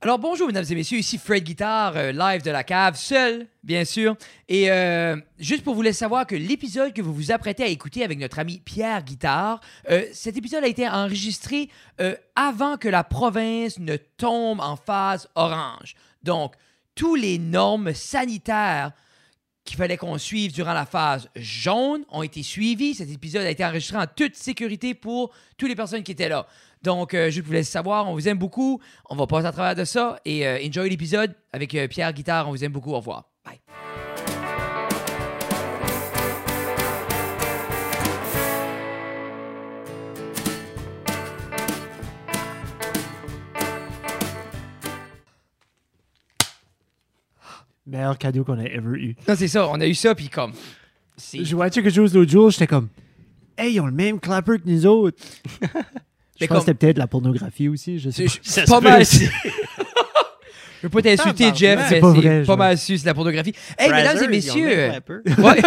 Alors bonjour mesdames et messieurs, ici Fred Guitar, euh, live de la cave, seul bien sûr. Et euh, juste pour vous laisser savoir que l'épisode que vous vous apprêtez à écouter avec notre ami Pierre Guitar, euh, cet épisode a été enregistré euh, avant que la province ne tombe en phase orange. Donc, tous les normes sanitaires qu'il fallait qu'on suive durant la phase jaune ont été suivis. Cet épisode a été enregistré en toute sécurité pour toutes les personnes qui étaient là. Donc, euh, je vous laisse savoir, on vous aime beaucoup. On va passer à travers de ça et euh, enjoy l'épisode avec euh, Pierre Guitard. On vous aime beaucoup. Au revoir. Bye. Meilleur cadeau qu'on a ever eu. Non, c'est ça, on a eu ça, puis comme. c'est- Je vois quelque chose l'autre jour, j'étais comme, hey, ils ont le même clapper que nous autres. je Mais pense comme- que c'était peut-être la pornographie aussi. Je sais C'est pas. c'est se pas peut mal. aussi. Je veux pas t'insulter, Tabarnak. Jeff, mais c'est pas, pas vrai, je vois. mal su, c'est la pornographie. Hey, mesdames et messieurs. Ouais.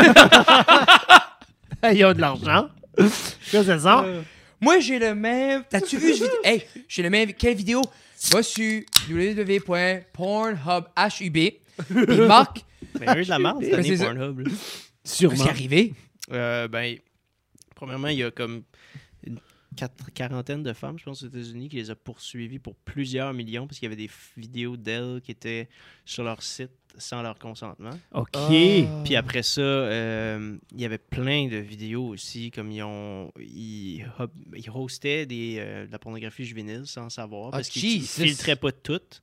ils ont de l'argent. Qu'est-ce que c'est ça? Euh, Moi, j'ai le même. T'as-tu vu? ce vid- Hey, j'ai le même. Quelle vidéo? Va sur www.pornhub.hub. Puis Marc, Mais ben, eux de la merde, cette Mais c'est année, ça. Pornhub. là. c'est Sûrement. arrivé. Euh, ben, premièrement, il y a comme une quatre- quarantaine de femmes, je pense, aux États-Unis, qui les a poursuivies pour plusieurs millions parce qu'il y avait des f- vidéos d'elles qui étaient sur leur site sans leur consentement. OK. Ah. Ah. Puis après ça, euh, il y avait plein de vidéos aussi, comme ils ont ils, hub- ils hostaient des, euh, de la pornographie juvénile sans savoir Ah, parce qu'ils Jesus. filtraient pas toutes.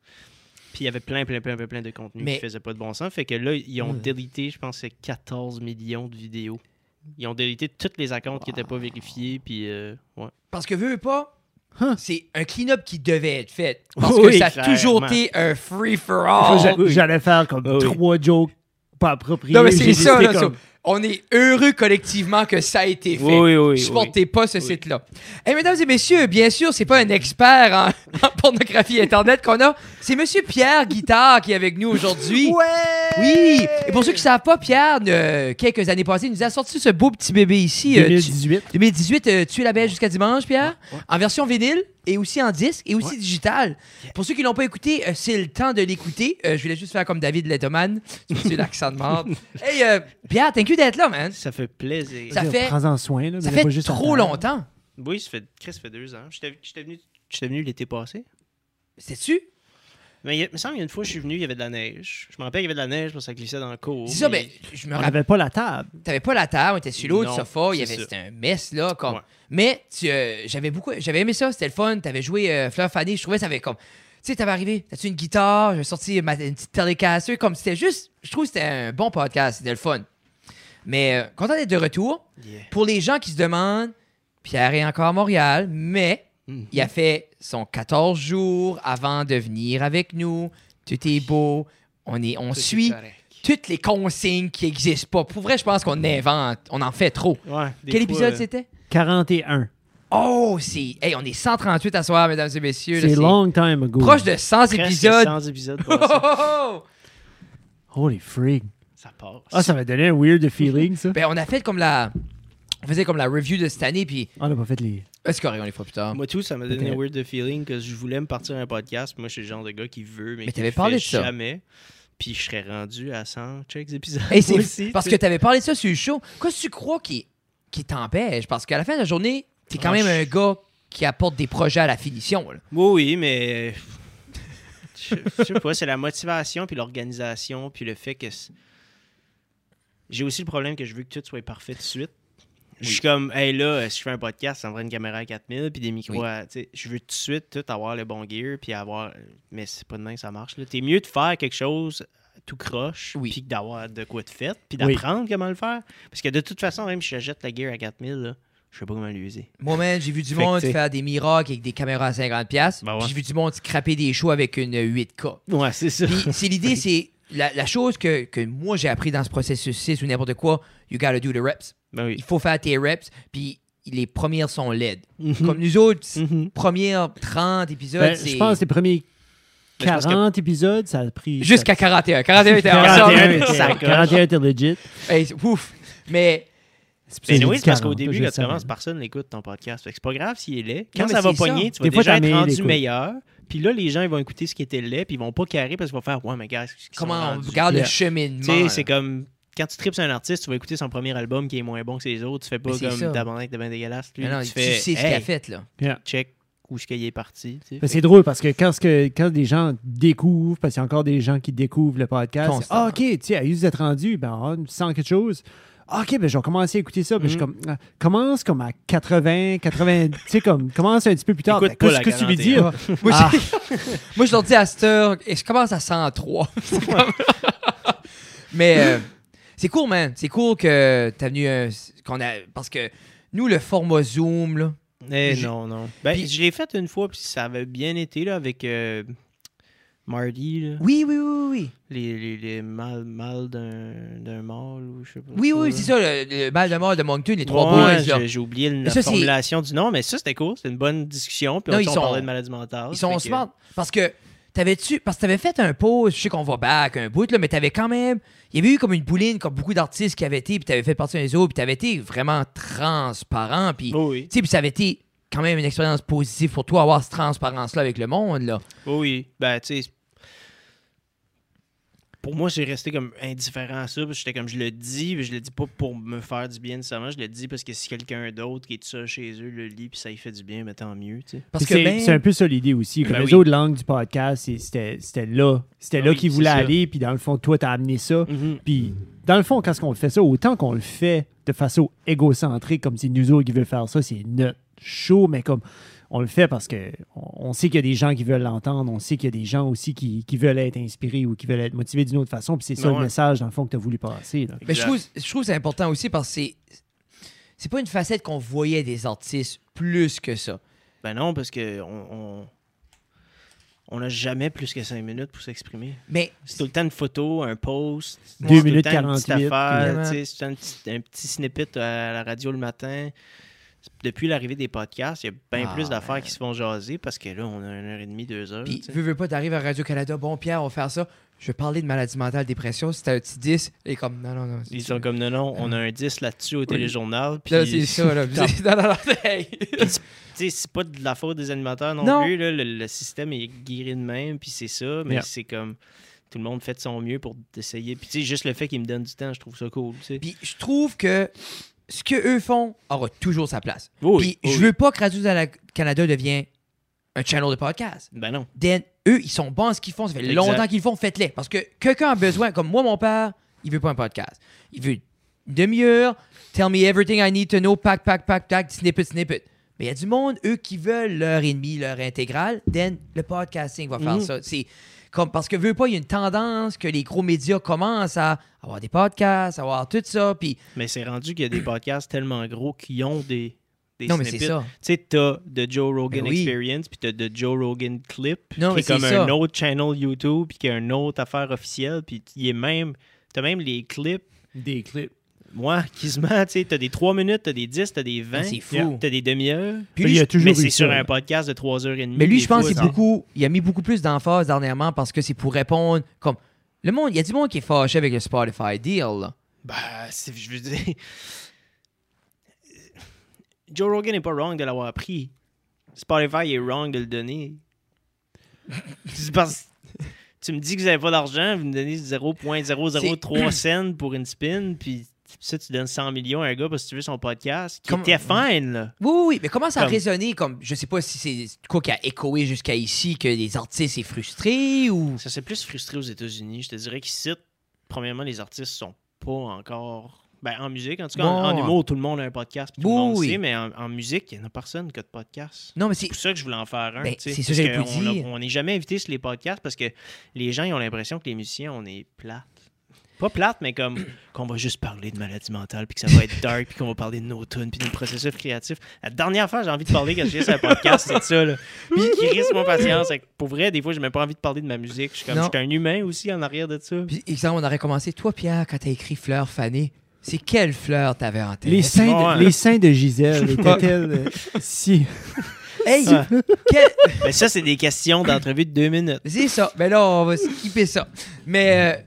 Puis il y avait plein, plein, plein, plein, plein de contenus Mais- qui faisaient pas de bon sens. Fait que là, ils ont Hmm. délité, je pense, c'est 14 millions de vidéos. Ils ont délité toutes les accounts qui n'étaient pas vérifiés. Puis, euh, ouais. Parce que, veux, veux pas, Huh. c'est un clean-up qui devait être fait. Parce que Hein? Oui, ça a toujours clairement. été un Moi, free-for-all. j'a- J'allais faire comme Ah oui. trois jokes pas appropriés. Oh, Non, mais c'est J'ai ça, là, décidé comme- ça. On est heureux collectivement que ça a été fait. oui. Supportez pas ce site-là. Et mesdames et messieurs, bien sûr, c'est pas un expert en, en pornographie internet qu'on a. C'est Monsieur Pierre Guitard qui est avec nous aujourd'hui. Oui. euh, Et pour ceux qui savent pas, Pierre, euh, quelques années passées, il nous a sorti ce beau petit bébé ici. euh, tu- 2018. 2018, euh, tu es la belle jusqu'à dimanche, Pierre, en version vinyle et aussi en disque et aussi Ouais. digital. Pour ceux qui l'ont pas écouté, euh, c'est le temps de l'écouter. Euh, je voulais juste faire comme David Letterman, c'est l'accent de mort. Hey, euh, Pierre, thank you d'être là, man. Ça fait plaisir. Ça fait- Prends-en soin. Là, Ça mais fait pas juste trop attendre. longtemps. Oui, ça fait, Chris, ça fait deux ans. J'étais j'étais venu, j'étais venu l'été passé. C'est-tu? Oh, Mais il me semble qu'il y a une fois, je suis venu, il y avait de la neige. Je me rappelle qu'il y avait de la neige parce que ça glissait dans le cours. C'est ça, mais- ben, je me On rappelle. n'avait pas la table. T'avais pas la table, on était sur l'autre Non, sofa, il y c'est avait ça. c'était un mess là comme. Ouais. Mais tu, euh, j'avais beaucoup j'avais aimé ça, c'était le fun, t'avais joué euh, Fleur Fanée, je trouvais ça avait comme tu sais t'avais arrivé, t'as-tu une guitare, j'ai sorti ma, une petite télécasseur comme c'était juste je trouve que c'était un bon podcast, c'était le fun. Mais euh, content d'être de retour. Yeah. Pour les gens qui se demandent, Pierre est encore à Montréal, mais Mhm. il a fait son 14 jours avant de venir avec nous. Tout est beau. On est on Ça, c'est suit correct. toutes les consignes qui existent pas. Pour vrai, je pense qu'on invente, on en fait trop. Ouais, des Quel fois, épisode euh, c'était? 41. Oh, c'est. Hey, on est 138 à soir, mesdames et messieurs. là, C'est long time ago. Proche de 100 euh, presque épisodes. 100 épisodes Oh, passés. oh, oh! Holy freak. ça passe. Ah, ça m'a donné un weird feeling, ça. Ben, on a fait comme la. On faisait comme la review de cette année, puis. On n'a pas fait les. Ah, c'est correct, on les fera plus tard. Moi, tout, ça m'a donné Peut-être. un weird de feeling que je voulais me partir un podcast. Moi, je suis le genre de gars qui veut, mais, Mais qui t'avais le parlé fait de ça. jamais. Puis je serais rendu à 100 checks épisodes. Hey, c'est- aussi, parce tu que sais. t'avais parlé de ça sur le show. Qu'est-ce que tu crois qui, qui t'empêche? Parce qu'à la fin de la journée, t'es quand Ah, même je- un gars qui apporte des projets à la finition. là. Oui, oui, mais. Je je sais pas, c'est la motivation, puis l'organisation, puis le fait que. c'est- J'ai aussi le problème que je veux que tout soit parfait tout de suite. Je suis comme, hey là, euh, si je fais un podcast, ça me prend une caméra à 4000 puis des micros Oui. à. tu sais, Je veux tout de suite tout avoir le bon gear, puis avoir. Mais c'est pas demain que ça marche. là. T'es mieux de faire quelque chose tout croche, Oui. puis que d'avoir de quoi de fait, puis Oui. d'apprendre comment le faire. Parce que de toute façon, même si je jette la gear à 4000, là, je sais pas comment l'user. Moi, man, j'ai vu du Fait que, monde t'sais- faire des miracles avec des caméras à 50$. piastres, Ben ouais. puis J'ai vu du monde scraper des shows avec une 8K. Ouais, c'est ça. Puis c'est l'idée, c'est la, la chose que, que moi j'ai appris dans ce processus 6 ou n'importe quoi, you gotta do the reps. Ben Il oui. faut faire tes reps, puis les premières sont laides. Mhm. Comme nous autres, Mhm. premières 30 épisodes, Ben, c'est je pense que les premiers Mais je pense que- 40 épisodes, ça a pris. jusqu'à 41. 41 était 41 ensemble. était- Ça 41 était legit. Hey, c'est- ouf. Mais Mais j'ai oui, dit c'est parce 40, qu'au début, je quand tu sais. commences, personne n'écoute ton podcast. Fait que c'est pas grave s'il est laid. Quand mais ça va c'est ça. pogner, tu vas Des fois, déjà ta être mère rendu l'écoute. meilleur. Puis là, les gens, ils vont écouter ce qui était laid, puis ils vont pas carrer parce qu'ils vont faire Ouais, mais gars, qu'est-ce qu'ils sont Comment on rendus? regarde le Yeah. Tu cheminement? sais, là. c'est comme quand tu tripes sur un artiste, tu vas écouter son premier album qui est moins bon que ses autres. Tu fais pas Mais c'est ça. comme d'abandonner de ben dégueulasse. Lui, Mais non, tu tu fais sais ce qu'il Hey, a fait, là. check où est-ce qu'il est parti. tu sais. Ben, c'est drôle parce que quand, ce que quand des gens découvrent, parce qu'il y a encore des gens qui découvrent le podcast, c'est, Constamment. ah, OK, tu sais, à vous êtes rendu, ben, ah, tu sens quelque chose. Ah, OK, ben, je vais commencer à écouter ça. Ben, je Mhm. comme, ah, commence comme à 80, 80, tu sais, comme, commence un petit peu plus tard. Ben, Écoute pas qu'est-ce la que tu veux 41. dire? Moi, Ah. j'ai- Moi, je leur dis à cette heure, et je commence à 103. C'est comme- Mais euh, c'est cool, man. C'est cool que t'es venu. euh, qu'on a... Parce que nous, le format Zoom, là. Eh, J'ai- non, non. Ben, Puis- je l'ai fait une fois, puis ça avait bien été là, avec euh, Marty, là. Oui, oui, oui, oui. les, les, les mal, mal d'un d'un mâle, ou je sais pas. Oui, oui, quoi, oui, là. c'est ça, le, le mal de mort de Moncton, les trois Ouais, boys, là. j'ai- J'ai oublié la ça, c'est- formulation du nom, mais ça, c'était cool. C'était une bonne discussion. Puis Non, on, ils on sont- parlait de maladie mentale. Ils sont fait que- smart. Parce que t'avais-tu. Parce que t'avais fait un pause, je sais qu'on va back un bout, là, mais t'avais quand même. Il y avait eu comme une bouline, comme beaucoup d'artistes qui avaient été, puis t'avais fait partie des autres, puis t'avais été vraiment transparent, puis. Oh oui, Tu sais, puis ça avait été quand même une expérience positive pour toi, avoir cette transparence-là avec le monde, là. oh oui. Ben, tu sais, pour moi, j'ai resté comme indifférent à ça. parce que J'étais comme, je le dis, mais je le dis pas pour me faire du bien nécessairement. Je le dis parce que si quelqu'un d'autre qui est tout seul chez eux le lit, puis ça lui fait du bien, mais tant mieux, tu sais. Parce que ben, Puis c'est, même... c'est un peu ça l'idée aussi. Comme Ben les oui. autres langues du podcast, c'est- c'était, c'était là. C'était Ah là oui, qu'ils c'est voulaient ça. aller. Puis dans le fond, toi, t'as amené ça. Puis, dans le fond, quand on le fait ça, autant qu'on le fait de façon égocentrique, comme c'est nous autres qui veulent faire ça, c'est notre show, mais comme on le fait parce que on on sait qu'il y a des gens qui veulent l'entendre, on sait qu'il y a des gens aussi qui, qui veulent être inspirés ou qui veulent être motivés d'une autre façon, puis c'est ça Ben le ouais. message, dans le fond, que tu as voulu passer. là. Mais je Exact. trouve, je trouve que c'est important aussi parce que c'est... C'est pas une facette qu'on voyait des artistes plus que ça. Ben non, parce que on. on... on a jamais plus que 5 minutes pour s'exprimer. Mais C'est tout le temps une photo, un post. Deux c'est tout le minutes temps une petite 48, affaire, puis- tu sais, C'est tout le temps un petit, un petit snippet euh, à la radio le matin. Depuis l'arrivée des podcasts, il y a bien Ah, plus d'affaires qui se font jaser parce que là, on a une heure et demie, deux heures. Puis, tu sais. veux, veux pas, t'arrives à Radio-Canada, bon, Pierre, on va faire ça. Je vais parler de maladie mentale, dépression, si t'as un petit 10. Et comme, non, non, non. c'est- Ils sont comme non, non, on a un 10 là-dessus au téléjournal. Puis, Là, c'est ça, là. Putain. non, non, non. hey. Puis c'est- tu sais, c'est pas de la faute des animateurs non, Non. plus. là, le, le système est guéri de même, puis c'est ça. Mais Yeah. c'est comme tout le monde fait de son mieux pour essayer. Puis tu sais, juste le fait qu'ils me donnent du temps, je trouve ça cool. tu sais. Puis, je trouve que ce que eux font aura toujours sa place. Oui, Puis, oui. je veux pas que Radio-Canada devienne un channel de podcast. Ben non. Then, eux, ils sont bons à ce qu'ils font. Ça fait Exact. longtemps qu'ils le font. Faites-les. Parce que quelqu'un a besoin. Comme moi, mon père, il veut pas un podcast. Il veut une demi-heure. Tell me everything I need to know. Pack, pack, pack, pack. Snippet, snippet. Mais il y a du monde, eux, qui veulent leur ennemi, leur intégrale. Then, le podcasting va faire Mhm. ça. C'est comme parce que veut pas, il y a une tendance que les gros médias commencent à avoir des podcasts, à avoir tout ça. Puis Mais c'est rendu qu'il y a des podcasts tellement gros qui ont des, des non, mais snippets. c'est ça. Tu sais, t'as The Joe Rogan Ben oui. Experience, puis t'as The Joe Rogan Clip, Non, qui mais est c'est comme ça. un autre channel YouTube, puis qui a une autre affaire officielle, puis il est même... T'as même les clips, Des clips. moi, qui se ment, tu sais, t'as des 3 minutes, t'as des 10, t'as des 20, c'est fou. t'as des demi-heures, Puis il lui, y a je- toujours mais eu c'est sur ça. un podcast de 3h30. Mais lui, je pense c'est qu'il est beaucoup, il a mis beaucoup plus d'emphase dernièrement parce que c'est pour répondre comme le monde. Il y a du monde qui est fâché avec le Spotify deal. là. Bah, c'est- je veux dire... Joe Rogan n'est pas wrong de l'avoir pris. Spotify est wrong de le donner. C'est parce- Tu me dis que vous n'avez pas d'argent, vous me donnez 0.003 cents pour une spin, puis ça, tu donnes 100 millions à un gars parce que tu veux son podcast, qui Comme- était fine, là. Oui, oui, oui, mais comment ça a Comme- résonné comme je sais pas si c'est quoi qui a échoé jusqu'à ici que les artistes sont frustrés ou Hmm, Ça s'est plus frustré aux États-Unis. Je te dirais qu'ici, premièrement, les artistes sont pas encore. Ben, en musique, en tout cas, en, en Non. humour, tout le monde a un podcast, puis tout Oui, le monde oui. sait, mais en, en musique, il n'y en a personne qui a de podcast. non mais c'est C'est pour ça que je voulais en faire un. Ben, tu sais, c'est ça parce que j'allais vous qu'on a- dire. On n'est jamais invité sur les podcasts parce que les gens ils ont l'impression que les musiciens, on est plates. Pas plates, mais comme qu'on va juste parler de maladie mentale, puis que ça va être dark, puis qu'on va parler de nos tunes, puis de notre processus créatif. La dernière fois, j'ai envie de parler quand je viens sur un podcast, c'est de ça. Là. Puis qui risque mon patience. Fait que Pour vrai, des fois, j'ai même pas envie de parler de ma musique. Je suis comme, Non. je suis un humain aussi en arrière de ça. Puis, exemple on aurait commencé toi Pierre quand t'as écrit fleur fanée c'est quelle fleur t'avais en tête Les seins, de, Ouais. les seins de Gisèle étaient-elles euh, si. Hey, Ah. quel- Mais Ben, ça, c'est des questions d'entrevue de deux minutes. C'est ça. Mais là, on va skipper ça. Mais, euh,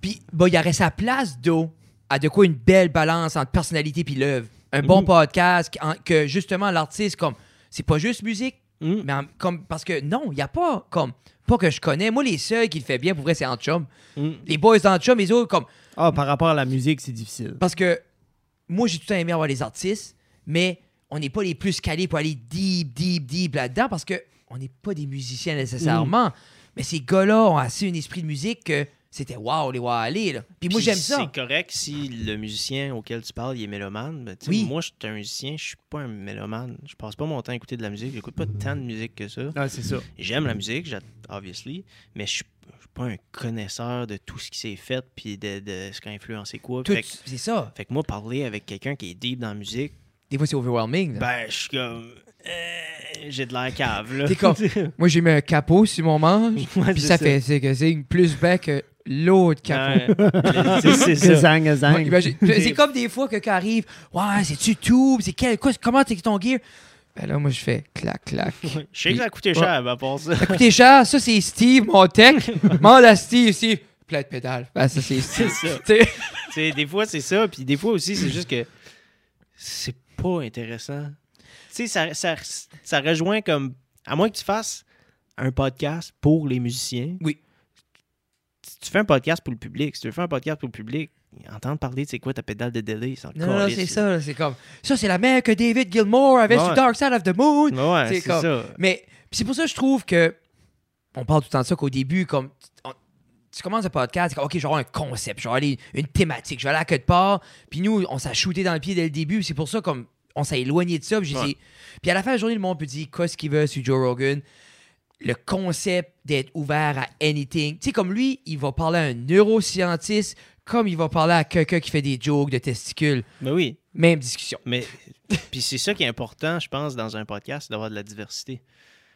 puis, bah, il y aurait sa place d'eau à de quoi une belle balance entre Mm. personnalité puis l'œuvre. Un bon podcast qui- en- que, justement, l'artiste, comme, c'est pas juste musique, Mm. Mais en- comme, parce que non, il n'y a pas comme. Pas que je connais. Moi, les seuls qui le fait bien, pour vrai, c'est en chum. Mm. Les boys dans chum, les autres, comme. Ah, par rapport à la musique, c'est difficile. Parce que moi, j'ai tout le temps aimé avoir les artistes, mais on n'est pas les plus calés pour aller deep, deep, deep là-dedans parce que on n'est pas des musiciens Mm. nécessairement. Mais ces gars-là ont assez un esprit de musique que c'était wow, les voir aller. Là. Puis moi, Puis j'aime ça. C'est correct si le musicien auquel tu parles, il est mélomane. Ben, tu sais, Oui. Moi, je suis un musicien, je suis pas un mélomane. Je passe pas mon temps à écouter de la musique. J'écoute pas tant de musique que ça. Ah, c'est ça. J'aime la musique, j'a- obviously, mais je suis je suis pas un connaisseur de tout ce qui s'est fait puis de, de ce qu'a influencé quoi. Tout- Fait, que- C'est ça. fait que moi, parler avec quelqu'un qui est deep dans la musique, Des fois, c'est overwhelming. là. ben, je suis comme. euh, j'ai de l'air cave, là. T'es comme- Moi, j'ai mis un capot sur mon manche, Ouais, puis c'est ça, fait c'est que c'est une plus belle que l'autre capot. Ouais. C'est- c'est Gazang, ça. Ouais, gazang. imagine. C'est comme des fois que quand arrive, ouais, c'est-tu tout? C'est quel, quoi, comment t'es ton gear? Ben là, moi, je fais clac, clac. Je sais que ça a coûté cher, à part ça. Écoutez, cher, ça, c'est Steve, mon tech. Mande à Steve, Steve. Plein de pédales. Ben, ça, c'est Steve. C'est ça. Tu sais, Tu sais, des fois, c'est ça. Puis des fois aussi, c'est juste que c'est pas intéressant. Tu sais, ça, ça, ça rejoint comme. À moins que tu fasses un podcast pour les musiciens. Oui. Si tu fais un podcast pour le public, si tu veux faire un podcast pour le public, entendre parler, tu sais quoi, ta pédale de délai, ça non, non, c'est ça. là, C'est comme, ça, c'est la même que David Gilmore avait sur Ouais. Dark Side of the Moon. Ouais, C'est c'est comme- ça. Mais pis c'est pour ça que je trouve que. On parle tout le temps de ça qu'au début, comme. on- tu commences un podcast, c'est comme, OK, j'aurai un concept, j'aurai aller- une thématique, je vais aller à quelque part. Puis nous, on s'est shooté dans le pied dès le début. C'est pour ça, comme, on s'est éloigné de ça. Puis j'ai Ouais. dit- puis à la fin de la journée, le monde peut dire quoi ce qu'il veut sur Joe Rogan. Le concept d'être ouvert à anything. Tu sais, comme lui, il va parler à un neuroscientiste, comme il va parler à quelqu'un qui fait des jokes de testicules. Mais Ben oui. Même discussion. Mais puis c'est ça qui est important, je pense, dans un podcast, c'est d'avoir de la diversité.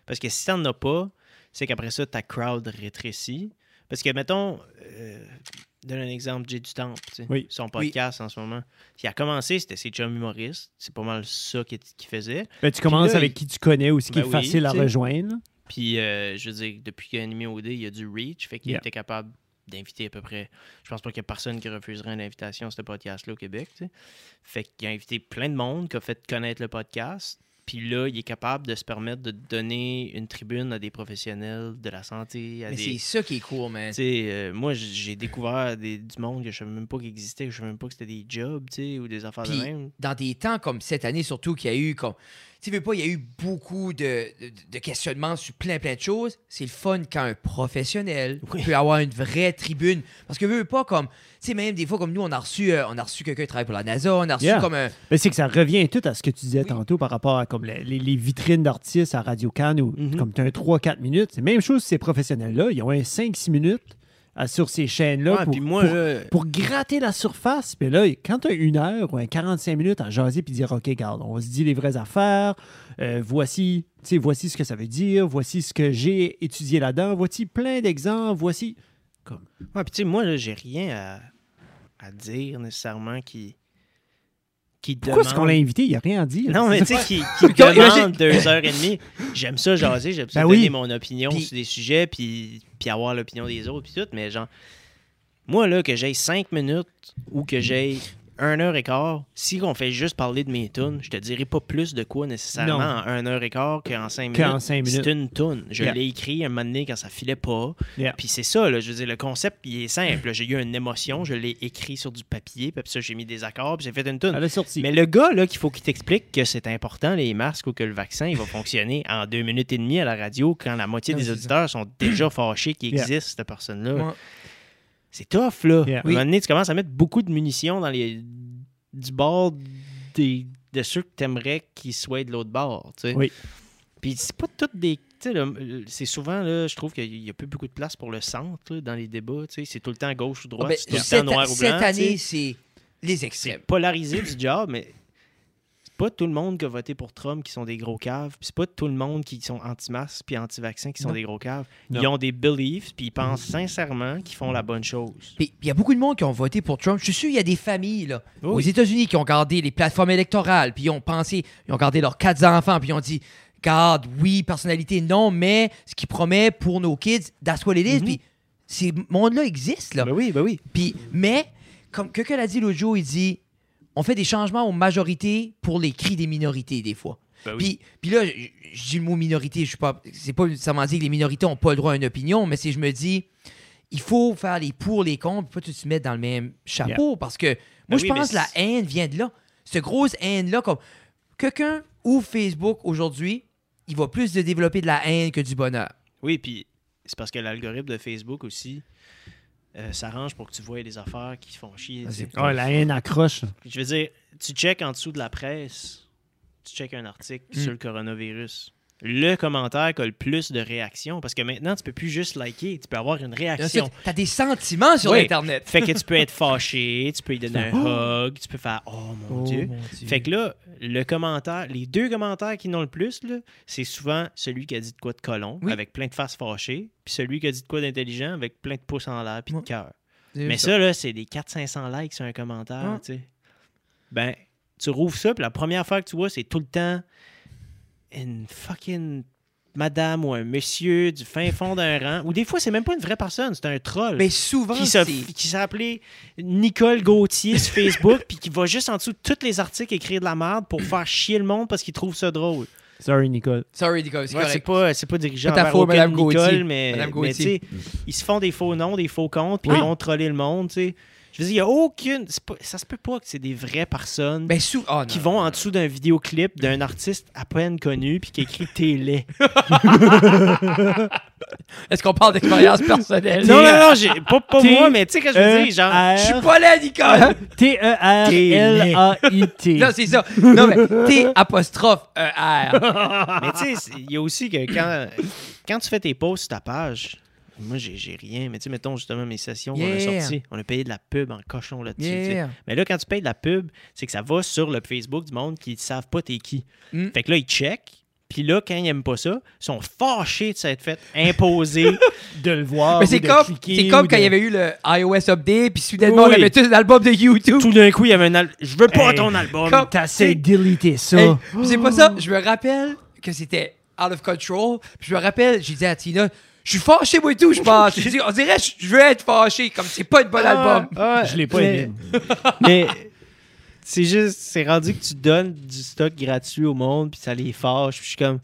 Parce que si t'en as pas, c'est qu'après ça, ta crowd rétrécit. Parce que, mettons, euh, donne un exemple, Jay du Temple, tu sais, Oui. son podcast en ce moment. Il a commencé, c'était ses chums humoristes. C'est pas mal ça qu'il qu'il faisait. Ben, tu commences Puis là, avec qui tu connais ou ce qui Ben est oui, facile à tu sais. rejoindre. Puis, euh, je veux dire, depuis qu'il a animé OD, il y a du reach, fait qu'il Yeah. était capable d'inviter à peu près. Je pense pas qu'il y a personne qui refuserait une invitation à ce podcast-là au Québec. tu sais. Fait qu'il a invité plein de monde, qui a fait connaître le podcast. Puis là, il est capable de se permettre de donner une tribune à des professionnels de la santé, à Mais c'est des. ça qui est cool, man. tu sais, euh, moi, j- j'ai découvert des- du monde que je savais même pas qu'il existait, que je savais même pas que c'était des jobs, tu sais, ou des affaires Puis- de même. dans des temps comme cette année, surtout qu'il y a eu comme. Tu veux pas, il y a eu beaucoup de, de- de questionnements sur plein, plein de choses. C'est le fun quand un professionnel Oui. peut avoir une vraie tribune. Parce que veut pas comme. Tu sais, même des fois, comme nous, on a reçu, euh, on a reçu quelqu'un qui travaille pour la NASA, on a reçu Yeah. comme un. Ben, c'est que ça revient tout à ce que tu disais tantôt par rapport à comme les, les- les vitrines d'artistes à Radio Cannes où Mhm. comme tu as un 3-4 minutes. C'est la même chose que ces professionnels-là. Ils ont un 5-6 minutes à- sur ces chaînes-là Ouais, pour, puis moi, pour- là, pour gratter la surface. Puis là, quand tu as une heure ou un 45 minutes à jaser puis dire OK, garde, on se dit les vraies affaires, euh, voici, tu sais, voici ce que ça veut dire, voici ce que j'ai étudié là-dedans, voici plein d'exemples, voici. Ouais, puis tu sais, moi, là, j'ai rien à, à dire nécessairement qui. qui Pourquoi est-ce demande- qu'on l'a invité Il n'y a rien à dire. Non, mais tu sais, qui, qui Comme, imagine- demande deux heures et demie. J'aime ça jaser, j'aime ça Ben donner oui. mon opinion Puis- sur des sujets, puis, puis avoir l'opinion des autres, puis tout. Mais genre, moi, là, que j'aille cinq minutes ou que j'aille un heure et quart, si on fait juste parler de mes tunes, je te dirai pas plus de quoi nécessairement Non. en un heure et quart qu'en cinq minutes. Qu'en cinq minutes. C'est une tune. Je Yeah. l'ai écrit un moment donné quand ça filait pas. Yeah. Puis c'est ça, là, je veux dire, le concept, il est simple. là. J'ai eu une émotion, je l'ai écrit sur du papier, puis après ça, j'ai mis des accords, puis j'ai fait une tune. Elle est sortie. Mais le gars, là, qu'il faut qu'il t'explique que c'est important, les masques, ou que le vaccin, il va fonctionner en deux minutes et demie à la radio quand la moitié Non, des c'est ça. auditeurs sont déjà fâchés qu'il Yeah. existe, cette personne-là. Ouais. C'est tough, là. Yeah. À un moment donné, tu commences à mettre beaucoup de munitions dans les... du bord des... de ceux que t'aimerais qu'ils soient de l'autre bord, tu sais. Oui. Puis c'est pas toutes des... tu sais, le- C'est souvent, là, je trouve qu'il n'y a plus beaucoup de place pour le centre là, dans les débats. tu sais. C'est tout le temps gauche ou Ah, droite, ben, c'est tout le cette, temps noir ou cette blanc. tu sais année, c'est les c'est extrêmes. polarisé du job, mais c'est pas tout le monde qui a voté pour Trump qui sont des gros caves, puis c'est pas tout le monde qui sont anti-masques puis anti-vaccins qui sont Non. des gros caves. Non. Ils ont des beliefs, puis ils pensent sincèrement qu'ils font la bonne chose. Puis il y a beaucoup de monde qui ont voté pour Trump. Je suis sûr il y a des familles là, Oui. aux États-Unis qui ont gardé les plateformes électorales, puis ils ont pensé, ils ont gardé leurs quatre enfants, puis ils ont dit Garde, oui, personnalité, non, mais ce qu'il promet pour nos kids, that's what it is. Mhm. Puis ces mondes-là existent. Là. oui, ben oui. Puis, mais, comme quelqu'un l'a dit l'autre jour, il dit on fait des changements aux majorités pour les cris des minorités, des fois. Ben oui. Puis, puis là, j- je dis le mot minorité, je suis pas. C'est pas nécessairement dire que les minorités n'ont pas le droit à une opinion, mais si je me dis, il faut faire les pour, les contre, puis pas tout se mettre dans le même chapeau, parce que moi, Ben je oui, pense mais que la c'est- haine vient de là. Cette grosse haine-là, comme. Quelqu'un ou Facebook aujourd'hui, il va plus de développer de la haine que du bonheur. Oui, puis c'est parce que l'algorithme de Facebook aussi euh, s'arrange pour que tu vois des affaires qui font chier. Ah, tu sais. c'est- Ah, la haine accroche. Je veux dire, tu checkes en dessous de la presse, tu checkes un article Mm. sur le coronavirus. Le commentaire qui a le plus de réactions, parce que maintenant, tu peux plus juste liker, tu peux avoir une réaction. Ensuite, T'as des sentiments sur Oui. Internet. Fait que tu peux être fâché, tu peux lui Tu donner fais, un hug, tu peux faire Oh mon Dieu. Fait que là, le commentaire, les deux commentaires qui n'ont le plus, là, c'est souvent celui qui a dit de quoi de colon, Oui. avec plein de faces fâchées, puis celui qui a dit de quoi d'intelligent, avec plein de pouces en l'air, puis de Ouais. cœur. Mais ça, là, c'est des 400-500 likes sur un commentaire, Ouais. tu sais. Ben, tu rouvres ça, puis la première fois que tu vois, c'est tout le temps une fucking madame ou un monsieur du fin fond d'un rang, ou des fois, c'est même pas une vraie personne, c'est un troll Mais Ben, souvent, qui c'est. s'a- qui s'est appelé Nicole Gauthier sur Facebook, puis qui va juste en dessous de tous les articles écrire de la merde pour faire chier le monde parce qu'il trouve ça drôle. Sorry, Nicole. Sorry, Nicolas, c'est Ouais, c'est correct. pas, c'est pas dirigeant Pas ta envers faute, aucune Madame Nicole, Gauthier. mais, Madame mais tu sais, Gauthier. ils se font des faux noms, des faux comptes, puis Oui. ils vont troller le monde. tu sais. Je veux dire, il n'y a aucune. c'est pas- ça se peut pas que c'est des vraies personnes. Ben, sou- oh, non, qui non, vont non, en non. dessous d'un vidéoclip d'un artiste à peine connu puis qui écrit T'es laid. Est-ce qu'on parle d'expérience personnelle? Non, non, non, j'ai- euh, pas, pas T'es- moi, mais tu sais, quand je veux dire, genre, Je suis pas là, Nicole! T-E-R-L-A-I-T. Non, c'est ça. Non, mais T apostrophe Ah, E-R. Mais tu sais, c'est- il y a aussi que quand, quand tu fais tes posts sur ta page, moi, j'ai j'ai rien. Mais tu sais, mettons justement mes sessions qu'on a Yeah. sorties, on a payé de la pub en cochon là-dessus. tu sais. Yeah. Mais là, quand tu payes de la pub, c'est que ça va sur le Facebook du monde qui ne savent pas t'es qui. Mm. Fait que là, ils checkent. Puis là, quand ils n'aiment pas ça, ils sont fâchés de s'être fait imposer. De le voir. Mais ou c'est de comme, cliquer, c'est comme ou quand de- il y avait eu le iOS Update, puis soudainement, on Oui. avait tous l'album de YouTube. Tout d'un coup, il y avait un album. Je veux pas Hey. ton album. Comme- T'essaies de déliter Hey, ça. puis c'est pas ça. Je me rappelle que c'était out of control. Puis je me rappelle, j'ai dit à Tina, je suis fâché, moi et tout, je pense. J'ai dit, on dirait, que je veux être fâché, comme c'est pas un bon album. Ah, ah, Je l'ai pas mais- aimé. Mais c'est juste, c'est rendu que tu donnes du stock gratuit au monde, puis ça les fâche. Puis je suis comme,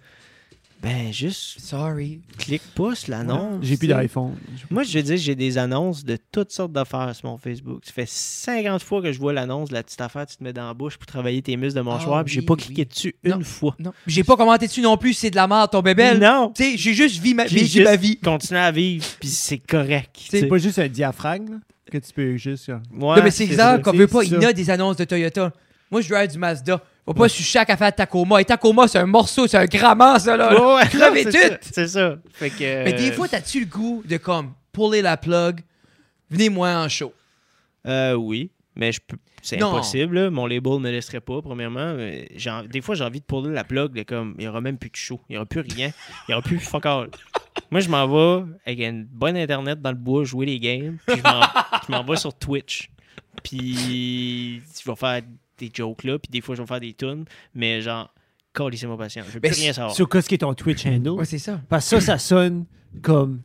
ben, juste Sorry. clique pas sur l'annonce. J'ai plus tu sais. d'iPhone. Moi, je veux dire, j'ai des annonces de toutes sortes d'affaires sur mon Facebook. Ça fait 50 fois que je vois l'annonce de la petite affaire, tu te mets dans la bouche pour travailler tes muscles de mâchoire, Ah puis j'ai oui, pas oui. cliqué dessus Non. une fois. Non. J'ai pas commenté dessus non plus, c'est de la merde, ton bébé. Non! Tu sais, j'ai juste vu ma, J'ai vécu juste ma vie. continué à vivre, puis c'est correct. tu sais. C'est pas juste un diaphragme là, que tu peux juste. euh, Ouais, non, mais c'est ça. exact, qu'on c'est veut pas. ça. Il y a des annonces de Toyota. Moi, je drive du Mazda. Faut pas sur chaque affaire de Tacoma. Et Tacoma, c'est un morceau, c'est un grammaire, ça, là. Ouais, ouais, non, Crevez c'est toutes. ça, C'est ça. Fait que, Mais des euh, fois, t'as-tu le goût de comme puller la plug, venez-moi en show. Euh, oui, mais je peux... c'est Non. impossible. là. Mon label ne me laisserait pas, premièrement. mais j'ai en- Des fois, j'ai envie de pourrir la plug. de comme, il n'y aura même plus de show. Il n'y aura plus rien. Il n'y aura plus fuck all. Moi, je m'en vais avec une bonne Internet dans le bois, jouer les games. Puis je m'en- je m'en vais sur Twitch. Puis je vais faire des jokes là. Puis des fois, je vais faire des tunes. Mais genre, laissez-moi patient. Je ne veux Mais plus rien savoir. Oh. Sur qu'est-ce qui est ton Twitch handle. Ouais, c'est ça. Parce que ça, ça sonne comme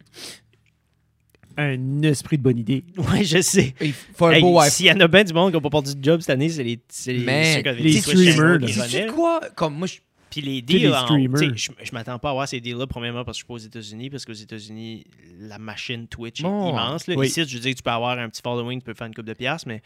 un esprit de bonne idée. Ouais, je sais. Il faut un Hey, beau wifi. S'il y en a bien du monde qui n'a pas perdu de job cette année, c'est les, c'est les, Man, ceux qui avaient les Twitch channels streamers, qui là. C'est-tu venaient. de quoi? Comme moi, je... Puis les Tous les deals, en- streamers. tu sais, je, je m'attends pas à avoir ces deals-là, premièrement, parce que je suis pas aux États-Unis, parce qu'aux États-Unis, la machine Twitch Bon. est immense. là. Oui. Ici, je veux dire, tu peux avoir un petit following, tu peux faire une coupe de piastres, mais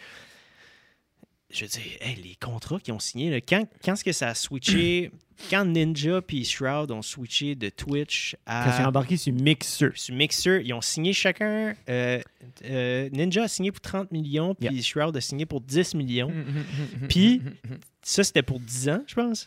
je veux dire, hey, les contrats qu'ils ont signés, là, quand, quand est-ce que ça a switché, quand Ninja puis Shroud ont switché de Twitch Quand c'est à embarqué sur Mixer. sur Mixer, ils ont signé chacun, euh, euh, Ninja a signé pour 30 millions, puis Shroud a signé pour 10 millions. Puis, ça, c'était pour 10 ans, je pense.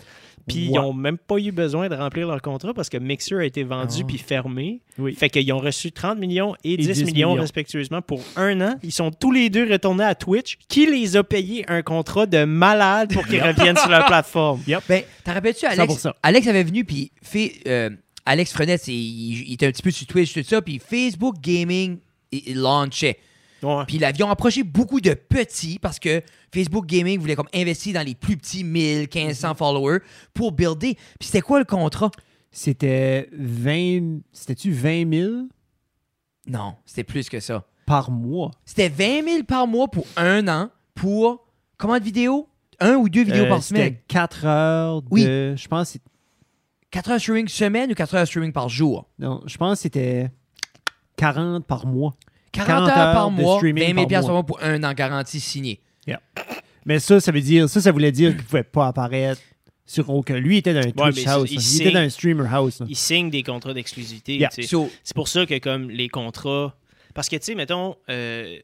Puis, ils Ouais. n'ont même pas eu besoin de remplir leur contrat parce que Mixer a été vendu Ah. puis fermé. Oui. Fait qu'ils ont reçu 30 millions et 10, 10 millions, millions. respectueusement pour un an. Ils sont tous les deux retournés à Twitch. Qui les a payés un contrat de malade pour qu'ils reviennent sur leur plateforme? Ben, t'en rappelles-tu, Alex? 100%. Alex avait venu, puis fait, euh, Alex Frenette, c'est- il, il était un petit peu sur Twitch, tout ça, puis Facebook Gaming, il, il launchait. Ouais. Puis ils ont approché beaucoup de petits parce que Facebook Gaming voulait comme investir dans les plus petits 1000, Mhm. 1500 followers pour builder. Puis c'était quoi le contrat? C'était 20... C'était-tu 20 000 Non, c'était plus que ça. par mois? C'était 20 000 par mois pour un an pour comment de vidéo? un ou deux vidéos Euh, par c'était semaine. 4 heures de. Oui. Je pense, c'est- 4 heures streaming semaine ou 4 heures streaming par jour? non, je pense que c'était 40 par mois. 40, 40 heures par heures de mois, 20 streaming 000 par piastres par mois. mois pour un an garanti signé. Mais ça, ça veut dire. Ça, ça voulait dire qu'il pouvait pas apparaître sur aucun. Lui, il était dans un Ouais, Twitch mais house. il là. sait- Il était dans un streamer house. hein. là. Ils signent des contrats d'exclusivité. Yeah. tu sais. So, C'est pour ça que comme les contrats. Parce que tu sais, mettons, euh,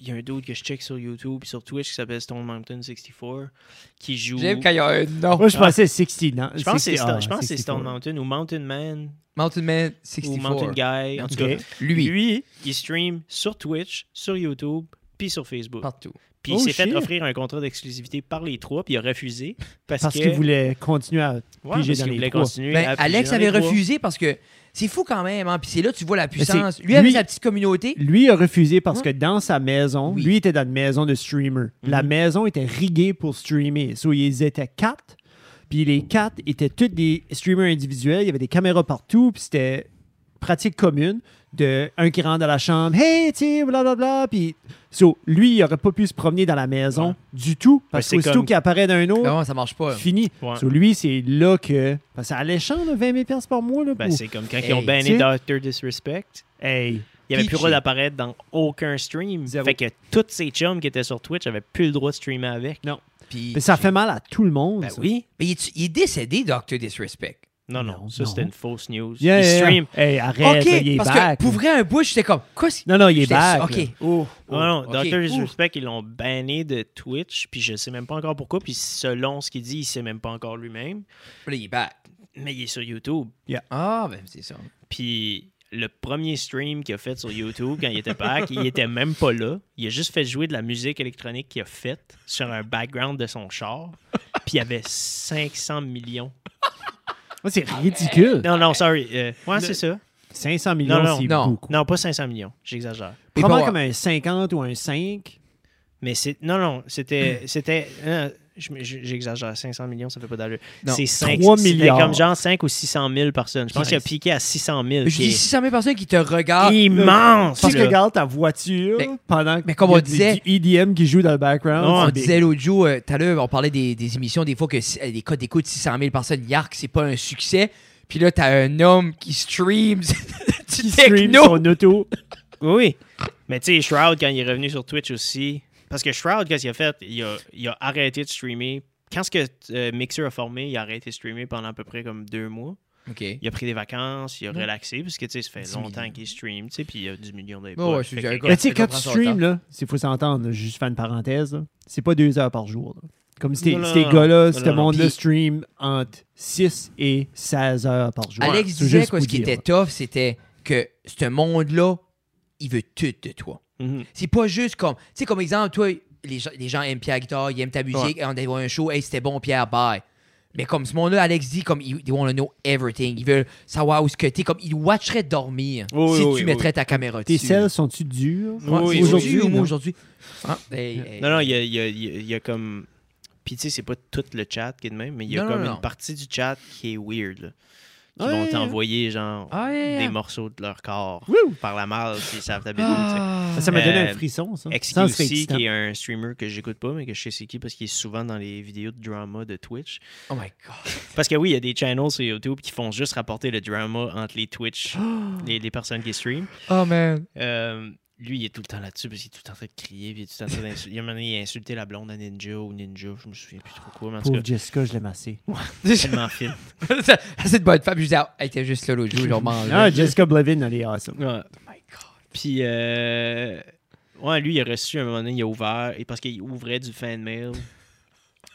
il y a un dude que je check sur YouTube et sur Twitch qui s'appelle Stone Mountain 64 qui joue. j'aime quand il y a un nom. Moi, je Ah. pensais 60. Non? ah, Je pense que c'est 60, Stone- je pense que c'est 64. Stone Mountain ou Mountain Man Mountain Man ou Mountain 64. Guy. En tout Ok. cas, Lui, lui, il stream sur Twitch, sur YouTube, puis sur Facebook. partout. Puis il Oh, s'est fait shit. offrir un contrat d'exclusivité par les trois, puis il a refusé parce, Parce que- qu'il voulait continuer à Ouais, piger parce dans qu'il les voulait trois. continuer. Ben, à piger Alex dans les avait trois. refusé parce que c'est fou quand même. Hein? Puis c'est là que tu vois la c'est- puissance. Lui avait lui- sa petite communauté. Lui a refusé parce Hein? que dans sa maison, Oui. lui était dans une maison de Mhm. streamer. La maison était riguée pour streamer. So, ils étaient quatre. Puis les quatre étaient tous des streamers individuels. Il y avait des caméras partout. Puis c'était pratique commune de un qui rentre dans la chambre. Hey, tu blablabla. Puis so, lui, il aurait pas pu se promener dans la maison Ouais. du tout. Parce c'est que comme- Ah surtout qu'il apparaît d'un autre, Non, Ben ça marche pas. fini. Ouais. So, lui, c'est là que. Parce que c'est alléchant, là, 20 000 piastres par mois. Là, Ben, pour- c'est comme quand ils ont Hey, banné tu sais- Doctor Disrespect. Hey. Il avait Peachy. plus le droit d'apparaître dans aucun stream. Zéro. Fait que tous ces chums qui étaient sur Twitch avaient plus le droit de streamer avec. Puis, Mais ça fait mal à tout le monde. Ben ça. oui. Mais il, est, il est décédé, Dr. Disrespect. Non, non, Non, ça non. c'était une fausse news. Yeah, yeah, il yeah. stream. Hey, arrête, là, il est parce back. que pour vrai, un bout, j'étais comme, quoi c'est- Non, non, il est J'étais- back. ok. là. Oh, Oh. Ah non, non, ok. Dr. Ouh. Disrespect, ils l'ont banné de Twitch, puis je sais même pas encore pourquoi, puis selon ce qu'il dit, il sait même pas encore lui-même, Là, il est back. mais il est sur YouTube. Ah, ben c'est ça. Puis le premier stream qu'il a fait sur YouTube quand il était back, il était même pas là. Il a juste fait jouer de la musique électronique qu'il a faite sur un background de son char. Puis il y avait 500 millions. Moi, c'est ridicule. Non, non, sorry. euh, ouais, c'est ça. 500 Non, non, millions, c'est non. beaucoup. Non, pas 500 millions. J'exagère. Mais Probablement pas- comme un 50 ou un 5. Mais c'est. Non, non, Hmm. c'était. c'était euh, je me- je- J'exagère. 500 millions, ça fait pas d'allure. Non. C'est 5 Trois c'était milliards. comme genre 5 ou 600 000 personnes. Je pense qu'il a Nice. piqué à 600 000. Mais Je qui dis est 600 000 personnes qui te regardent. immense. Parce que là. regarde ta voiture Mais- pendant que mais comme il y a on du- disait- du EDM qui joue dans le background. Non, c'est On big. disait l'autre jour, euh, tout à l'heure, on parlait des, des émissions, des fois que si- euh, les codes d'écoute 600 000 personnes, Yark, c'est pas un succès. Puis là, t'as un homme qui stream du Qui stream techno. son auto. Oui. Mais tu sais, Shroud, quand il est revenu sur Twitch aussi, parce que Shroud, qu'est-ce qu'il a fait? Il a, il a arrêté de streamer. Quand ce que euh, Mixer a formé, il a arrêté de streamer pendant à peu près comme deux mois. Ok. Il a pris des vacances, il a Ouais. relaxé, parce que tu sais, ça fait 10 longtemps Hmm. millions. qu'il stream, tu sais, puis il a 10 millions d'impôts. Ouais, ouais, je suis d'accord. Mais tu sais, je quand tu comprends son stream, temps. là, il faut s'entendre, là, juste faire une parenthèse, là, c'est pas deux heures par jour. là. Comme si Non, non, ces non. gars-là, Non, ce non, non. monde-là Puis- stream entre 6 et 16 heures par jour. Alex C'est disait juste quoi, ce pour qui dire, était hein. tough, c'était que ce monde-là, il veut tout de toi. Mhm. C'est pas juste comme, tu sais, comme exemple, toi, les gens, les gens aiment Pierre Guitare, ils aiment ta musique, on a un show, hey, c'était bon, Pierre, bye. Mais comme ce monde-là, Alex dit, comme, ils- they want to know everything. Ils veulent savoir où ce que t'es. Comme, ils watcheraient dormir Oui, oui, si oui, tu oui. mettrais ta caméra Tes dessus. selles sont-tu dures? Ouais, Oui, c'est oui, aujourd'hui oui. ou moi aujourd'hui? Hein? Hey, hey. Non, non, il y a, il y a- il y a- il y a comme. Puis tu sais, c'est pas tout le chat qui est de même, mais il y a Non, non, comme non. une partie du chat qui est weird, là. Qui Ouais, vont ouais, t'envoyer, genre, Ah, yeah, des yeah. morceaux de leur corps Wouh! par la malle, s'ils savent ta bidouille, tu sais. Ah. Ça m'a donné Euh, un frisson, ça. Ça, c'est XQC, excitant. qui est un streamer que j'écoute pas, mais que je sais c'est qui parce qu'il est souvent dans les vidéos de drama de Twitch. Oh my God. Parce que oui, il y a des channels sur YouTube qui font juste rapporter le drama entre les Twitch, les, les personnes qui stream. Oh man. Euh, lui, il est tout le temps là-dessus parce qu'il est tout le temps en train de crier. Puis il, est tout le temps en train d'insul- il y a un moment donné, il a insulté la blonde à Ninja ou Ninja, je me souviens plus trop quoi. Mais en tout Pauvre cas, Jessica, je l'ai massé. tellement fine. C'est une bonne femme. Je disais, ah, elle était juste là l'autre jour, je mange. Ah, Jessica Blevin, elle est awesome. Ouais. Oh my God. Puis, euh, ouais, lui, il a reçu un moment donné, il a ouvert, et parce qu'il ouvrait du fan mail.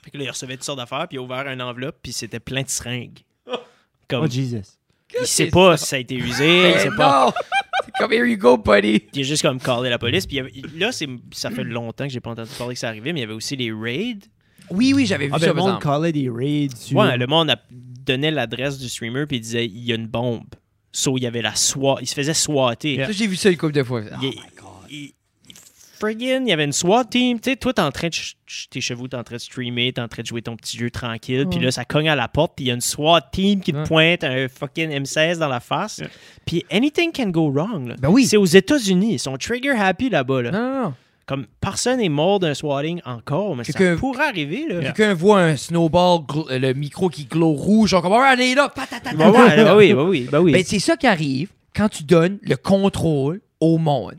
Fait que là, il recevait toutes sortes d'affaires, puis il a ouvert une enveloppe, puis c'était plein de seringues. Comme, Oh, Jesus. il c'est sait pas si ça a été usé, il Eh sait pas. non! C'est comme, here you go, buddy. Il a juste comme callé la police. Puis il y avait- il- là, c'est- ça fait longtemps que j'ai pas entendu parler que ça arrivait, mais il y avait aussi les raids. Oui, oui, j'avais vu Ah, ben, ça, le par monde exemple. callait des raids sur... Ouais, le monde a- donnait l'adresse du streamer, puis il disait, il y a une bombe. So, il y avait la SWAT, il se faisait swatter. Ça, J'ai vu ça une couple de fois. Il, il- il- friggin', il y avait une SWAT team. Tu sais, toi, t'es en train de. ch- ch- Tes chevaux, t'es en train de streamer, t'es en train de jouer ton petit jeu tranquille. Puis Ouais. là, ça cogne à la porte. Puis il y a une SWAT team qui te Ouais. pointe un fucking M16 dans la face. Puis anything can go wrong. là. Ben oui. Hein? C'est aux États-Unis. Ils sont trigger happy là-bas. là. Non, non, non. Comme personne n'est mort d'un swatting encore, mais Quelqu'un- ça pourrait arriver. Là. Quelqu'un voit un snowball, gl- euh, le micro qui glow rouge, ah, on comprend, allez là, patatata. Bah ouais, bah oui, bah oui, bah oui. Ben, c'est ça qui arrive quand tu donnes le contrôle au monde.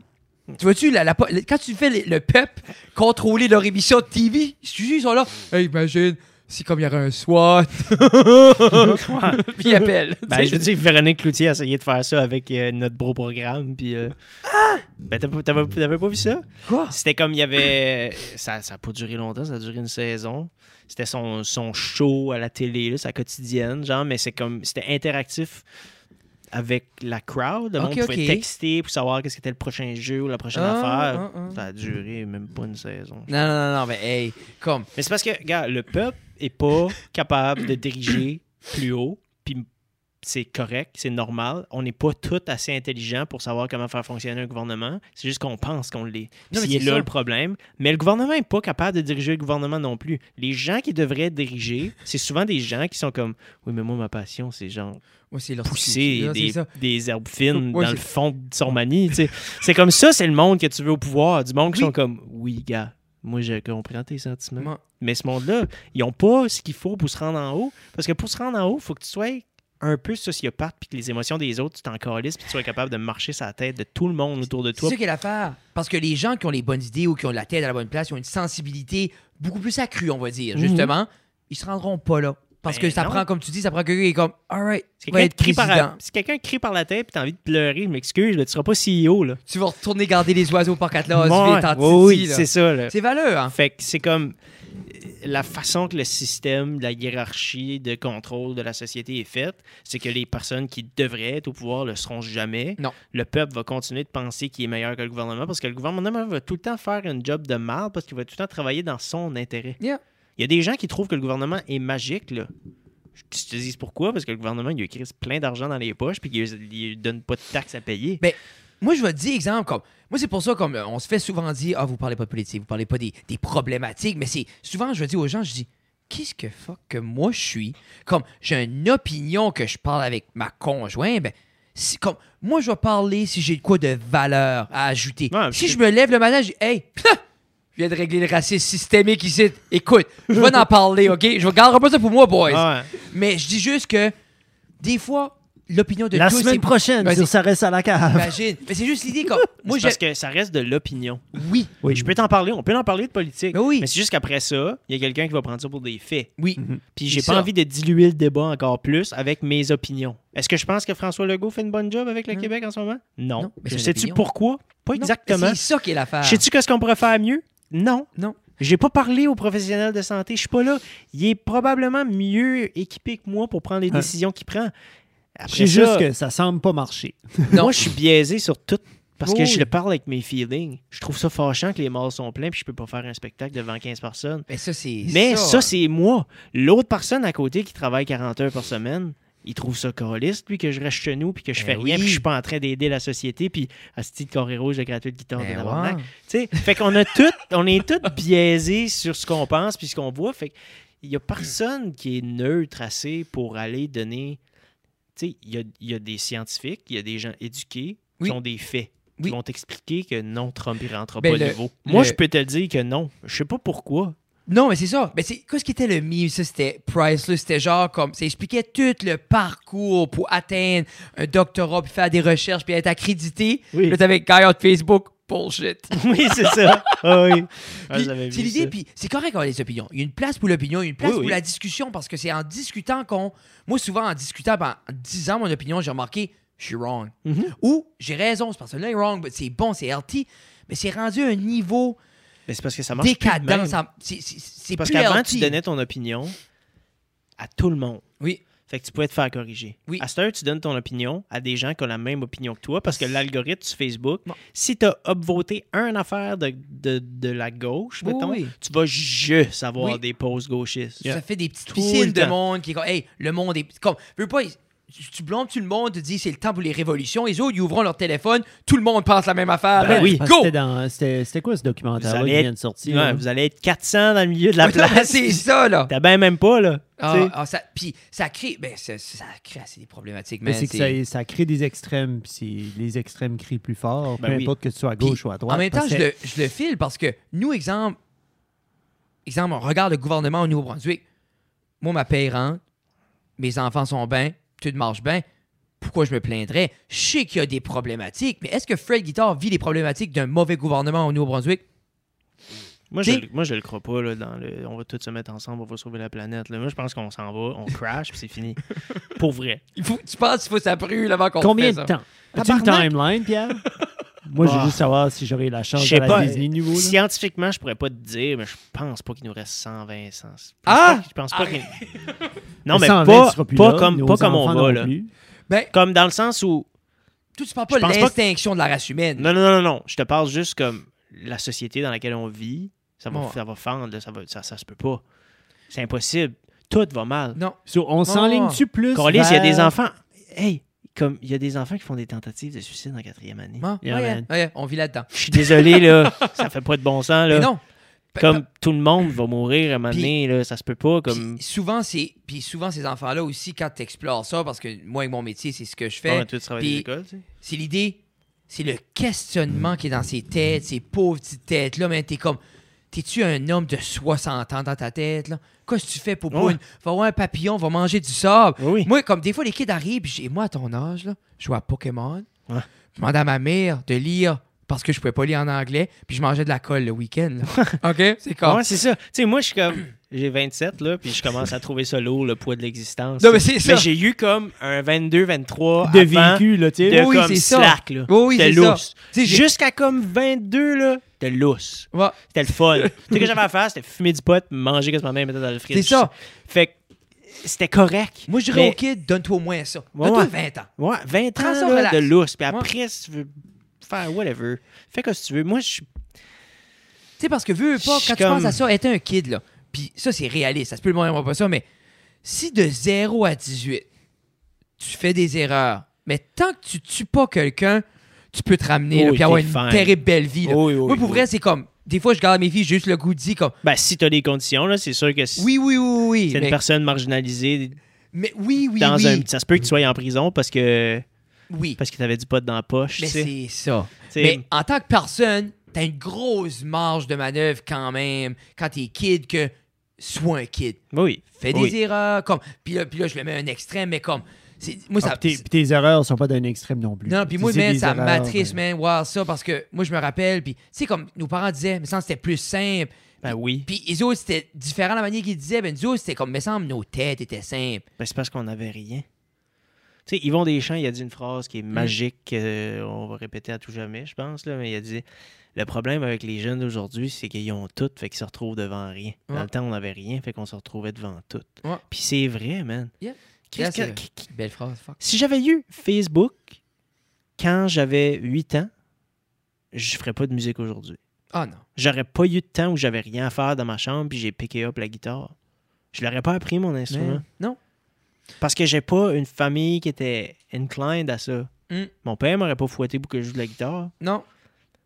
Tu vois-tu, la- la po- le- quand tu fais le, le peuple contrôler leur émission de TV, je te jure, ils sont là. Hey, imagine, si comme il y aurait un SWAT, puis ils appellent. Tu Ben, sais, je veux dire, Véronique Cloutier a essayé de faire ça avec euh, notre beau programme. Puis, euh, ben, t'as pas- t'avais t'avais pas vu ça? Quoi? C'était comme il y avait. Ça ça a pas duré longtemps, ça a duré une saison. C'était son, son show à la télé, là, sa quotidienne, genre, mais c'est comme. C'était interactif avec la crowd. Le Ok, monde pouvait ok. texter pour savoir qu'est-ce qui était le prochain jeu ou la prochaine Ah, affaire. ah, ah. Ça a duré même pas une saison. Non, non, non, non, mais hey, comme. Mais c'est parce que, regarde, le peuple est pas capable de diriger plus haut, puis c'est correct, c'est normal. On n'est pas tous assez intelligents pour savoir comment faire fonctionner un gouvernement. C'est juste qu'on pense qu'on l'est. Non, mais C'est c'est là ça. le problème. Mais le gouvernement n'est pas capable de diriger le gouvernement non plus. Les gens qui devraient diriger, c'est souvent des gens qui sont comme Oui, mais moi, ma passion, c'est genre Moi, c'est leur pousser Non, c'est des, ça. des herbes fines Ouais, dans le c'est- fond de son manie. tu sais. c'est comme ça, c'est le monde que tu veux au pouvoir. Du monde qui Oui. sont comme Oui, gars, moi, je comprends tes sentiments. Moi- Mais ce monde-là, ils n'ont pas ce qu'il faut pour se rendre en haut. Parce que pour se rendre en haut, il faut que tu sois un peu sociopathe puis que les émotions des autres, tu t'en calisses puis que tu sois capable de marcher sur la tête de tout le monde autour de C'est toi. ça qui est l'affaire. Parce que les gens qui ont les bonnes idées ou qui ont la tête à la bonne place, ils ont une sensibilité beaucoup plus accrue, on va dire, Mhm. justement, ils se rendront pas là. Parce que Ben ça non. prend, comme tu dis, ça prend quelqu'un qui est comme, all right, Si va quelqu'un être te crie, par la- président. si quelqu'un te crie par la tête puis t'as envie de pleurer, je m'excuse, là, tu seras pas CEO. Là. Tu vas retourner garder les oiseaux par quatre là, Ouais, vite, en oui, Titi, oui, là. c'est ça. là. C'est valeur, hein? Fait que c'est comme euh, la façon que le système, la hiérarchie de contrôle de la société est faite, c'est que les personnes qui devraient être au pouvoir le seront jamais. Non. Le peuple va continuer de penser qu'il est meilleur que le gouvernement parce que le gouvernement va tout le temps faire une job de mal parce qu'il va tout le temps travailler dans son intérêt. Yeah. Il y a des gens qui trouvent que le gouvernement est magique, là. Tu te dis pourquoi? Parce que le gouvernement, il lui crisse plein d'argent dans les poches puis qu'il ne donne pas de taxes à payer. Ben, moi, je vais te dire, exemple, comme. Moi, c'est pour ça, comme, euh, on se fait souvent dire, ah, vous parlez pas de politique, vous parlez pas des, des problématiques, mais c'est. Souvent, je dis aux gens, je dis, qu'est-ce que fuck que moi je suis? Comme, j'ai une opinion que je parle avec ma conjointe, ben. c'est comme, moi, je vais parler si j'ai de quoi de valeur à ajouter. Ouais, si c'est- je me lève le matin, je dis, hey, je viens de régler le racisme systémique ici. Écoute, je vais en parler, OK? Je vais garder pas ça pour moi, boys. Ah, Mais je dis juste que des fois, l'opinion de La tous, semaine c'est- prochaine, Vas-y. Ben, sur ça reste à la cave. Imagine. Mais c'est juste l'idée comme moi c'est j'ai parce que ça reste de l'opinion. oui. Oui. Je peux t'en parler, on peut en parler de politique. Ben oui. Mais c'est juste qu'après ça, il y a quelqu'un qui va prendre ça pour des faits. Oui. Puis j'ai C'est pas ça. envie de diluer le débat encore plus avec mes opinions. Est-ce que je pense que François Legault fait une bonne job avec le Non. Québec en ce moment? Non. Hein? Non, mais c'est une Sais-tu opinion. pourquoi? Pas Non, exactement. C'est ça qui est l'affaire. Sais-tu qu'est-ce qu'on pourrait faire mieux? Non. Non. J'ai pas parlé aux professionnels de santé. Je suis pas là. Il est probablement mieux équipé que moi pour prendre les Hein. décisions qu'il prend. Je Après sais juste ça, que ça semble pas marcher. Non. moi, je suis biaisé sur tout parce que Oui. je le parle avec mes feelings. Je trouve ça fâchant que les malls sont pleins puis je peux pas faire un spectacle devant 15 personnes. Mais Ben, ça c'est Mais ça, c'est moi. L'autre personne à côté qui travaille 40 heures par semaine, il trouve ça coroliste, lui, que je reste chez nous, puis que je Ben fais rien, oui. puis je suis pas en train d'aider la société, puis à ce titre, Corée Rouge, le gratuit de guitare Ben de tabarnak. ouais. Tu sais, Fait qu'on a tout, on est tous biaisés sur ce qu'on pense, puis ce qu'on voit. Fait qu'il y a personne qui est neutre assez pour aller donner. Tu sais, il y a, il y a des scientifiques, il y a des gens éduqués Oui. qui ont des faits. Oui. Qui vont t'expliquer que non, Trump, il rentre Ben, pas au le- niveau. Moi, le- je peux te le dire que non. Je sais pas pourquoi. Non, mais c'est ça. Mais c'est qu'est-ce qui était le mime ça c'était Priceless, c'était genre comme ça expliquait tout le parcours pour atteindre un doctorat puis faire des recherches puis être accrédité. Oui. Puis là t'avais Guy de Facebook bullshit. Oui, c'est ça. Ah oui. Ah, Puis, j'avais c'est vu l'idée, ça. puis c'est correct d'avoir les opinions. Il y a une place pour l'opinion, il y a une place Oui, pour oui. la discussion, parce que c'est en discutant qu'on. Moi, souvent, en discutant, ben, en disant mon opinion, j'ai remarqué, je suis wrong. Mhm. Ou, j'ai raison, cette personne-là est wrong, mais c'est bon, c'est healthy, mais c'est rendu un niveau Mais c'est parce que ça marche. plus de décadent. même. ça- C'est c'est- c'est Parce plus qu'avant, healthy. tu donnais ton opinion à tout le monde. Oui. Fait que tu pouvais te faire corriger. Oui. À cette heure, tu donnes ton opinion à des gens qui ont la même opinion que toi parce que l'algorithme sur Facebook, Bon. si tu as upvoté une affaire de, de, de la gauche, Oui, mettons, oui. tu vas juste avoir Oui. des posts gauchistes. Ça fait des petites Tout le piscines de temps. monde qui est comme, hey, le monde est. Comme, veux pas, tu tu blâmes tout le monde, tu dis c'est le temps pour les révolutions. Les autres, ils ouvront leur téléphone, tout le monde pense la même affaire. Ben oui. Parce que go! c'était dans- C'était c'était quoi ce documentaire-là allez qui être- vient de sortir? Ouais, là? vous allez être 400 dans le milieu de la place. c'est ça, là. T'as bien même pas, là. Ah, Tu sais. ah, ça, puis ça crée, ben, ça, ça crée assez des problématiques, Mais man. c'est que C'est- ça, ça crée des extrêmes, puis c'est- les extrêmes crient plus fort, Ben peu oui. importe que tu sois à Puis, gauche ou à droite. En même temps, parce je que- le, je le file parce que nous, exemple, exemple, on regarde le gouvernement au Nouveau-Brunswick. Moi, ma paye rentre, mes enfants sont bien, tout marche bien. Pourquoi je me plaindrais? Je sais qu'il y a des problématiques, mais est-ce que Fred Guitar vit les problématiques d'un mauvais gouvernement au Nouveau-Brunswick? Moi, je, T'sais- le- moi, je le crois pas. Là, dans le, on va tous se mettre ensemble, on va sauver la planète. Là. Moi, je pense qu'on s'en va, on crash, puis c'est fini. Pour vrai. Il faut, tu penses qu'il faut ça brûle avant qu'on Combien fait de ça? temps? As-tu une Tabarnak! timeline, Pierre? Moi, je veux Ah. juste savoir si j'aurai la Je chance sais d'aller à pas. Disney nouveau. là. Scientifiquement, je pourrais pas te dire, mais je pense pas qu'il nous reste 120 100. Je pense Ah! pas que- Je pense pas qu'il. Non, Le mais 120, pas, tu seras plus pas là, comme, nos pas comme on enfants non va. Là. plus. Ben, Comme dans le sens où. toi, tu parles Je pas pense de pas que- l'extinction de la race humaine. Non, non, non, non, non. Je te parle juste comme la société dans laquelle on vit, ça va, Ouais. ça va fendre, là, ça, va, ça, ça se peut pas. C'est impossible. Tout va mal. Non. So, on s'enligne-tu plus? Corlys, il y a des vers- enfants. Hey, comme il y a des enfants qui font des tentatives de suicide en quatrième année. Ah, Yeah, ouais, man. ouais, on vit là-dedans. Je suis désolé, là. ça fait pas de bon sens, Mais là. non. Pa- Comme tout le monde va mourir à un moment Puis- donné, là, ça se peut pas. Comme... Puis souvent, c'est... Puis souvent, ces enfants-là aussi, quand tu explores ça, parce que moi, avec mon métier, c'est ce que je fais, Ah Ouais, toi, tu travailles à puis- l'école, tu sais. c'est l'idée, c'est le questionnement qui est dans ces têtes, ces pauvres petites têtes-là, mais t'es comme... T'es-tu un homme de 60 ans dans ta tête, là? Qu'est-ce que tu fais pour... pour Ah Ouais. une- Va voir un papillon, va manger du sable. Oui, oui. Moi, comme des fois, les kids arrivent, puis j'ai- moi, à ton âge, là, je jouais à Pokémon. Ouais. Je demandais à ma mère de lire parce que je pouvais pas lire en anglais, puis je mangeais de la colle le week-end. là. OK? C'est comme... Ouais, c'est ça. Tu sais, moi, je suis comme. J'ai 27, là, puis je commence à trouver ça lourd, le poids de l'existence. Non, mais c'est ça. Mais j'ai eu comme un 22, 23 de avant vécu, là, tu sais. de Oui, comme c'est ça. slack, là. Oui, oui, C'était c'est ça. lousse. Tu sais, j'ai- Jusqu'à comme 22, là, c'était lousse. Ouais. C'était le fun. Tout ce que j'avais à faire, c'était fumer du pot, manger quasiment même mettre dans le frigo. C'est ça. Fait que c'était correct. Moi, je dirais Mais- au kid, donne-toi au moins ça. Ouais, donne-toi ouais. 20 ans. Ouais, 20 Prends ça ans là, relax. de lousse. Puis Ouais. après, si tu veux faire whatever, fais que si tu veux. Moi, je suis. Tu sais, parce que veux, veux pas, Je suis quand tu penses comme- à ça, être un kid, là, puis ça, c'est réaliste, ça se peut le monde n'aimera pas ça, mais si de 0 à 18, tu fais des erreurs, mais tant que tu tues pas quelqu'un, tu peux te ramener, là, Oui, puis avoir t'es une fine. terrible belle vie. Là. Oui, oui, Moi, pour oui. vrai, c'est comme, des fois, je garde mes filles, j'ai juste le goût de dire, comme, Ben, si t'as des conditions, là, c'est sûr que si oui, oui, oui, oui, oui, t'es une mais, personne marginalisée mais oui, oui, dans oui, un. Ça se peut que tu sois en prison parce que oui, parce que t'avais du pot dans la poche. mais tu sais. c'est ça. Tu sais, Mais en tant que personne, t'as une grosse marge de manœuvre quand même, quand t'es kid, que sois un kid. Oui. Fais Oui. des erreurs, comme. Puis là, puis là, je le mets un extrême, mais comme. c'est- Moi, Ah, ça. puis tes- puis tes erreurs sont pas d'un extrême non plus. non, puis Tu moi, sais, man, des ça erreurs, m'attriste, ben, man, voir ça, parce que moi, je me rappelle, puis, tu sais, comme nos parents disaient, mais semble c'était plus simple. Ben oui. Puis les autres, c'était différent la manière qu'ils disaient, ben, nous autres, c'était comme, mais semble nos têtes étaient simples. Ben, c'est parce qu'on n'avait rien. Tu sais, Yvon Deschamps, il a dit une phrase qui est Mm. magique, euh, on va répéter à tout jamais, je pense, là, mais il a dit Le problème avec les jeunes d'aujourd'hui, c'est qu'ils ont tout, fait qu'ils se retrouvent devant rien. Dans Ouais. le temps, on n'avait rien, fait qu'on se retrouvait devant tout. Ouais. Puis c'est vrai, man. Yeah. Qu'est-ce Yeah, c'est que- qu- qu- Belle phrase, fuck. Si j'avais eu Facebook quand j'avais 8 ans, je ferais pas de musique aujourd'hui. Ah non. J'aurais pas eu de temps où j'avais rien à faire dans ma chambre, puis j'ai pické up la guitare. Je l'aurais pas appris, mon Mais- instrument. non. Parce que j'ai pas une famille qui était inclined à ça. Mm. Mon père m'aurait pas fouetté pour que je joue de la guitare. Non.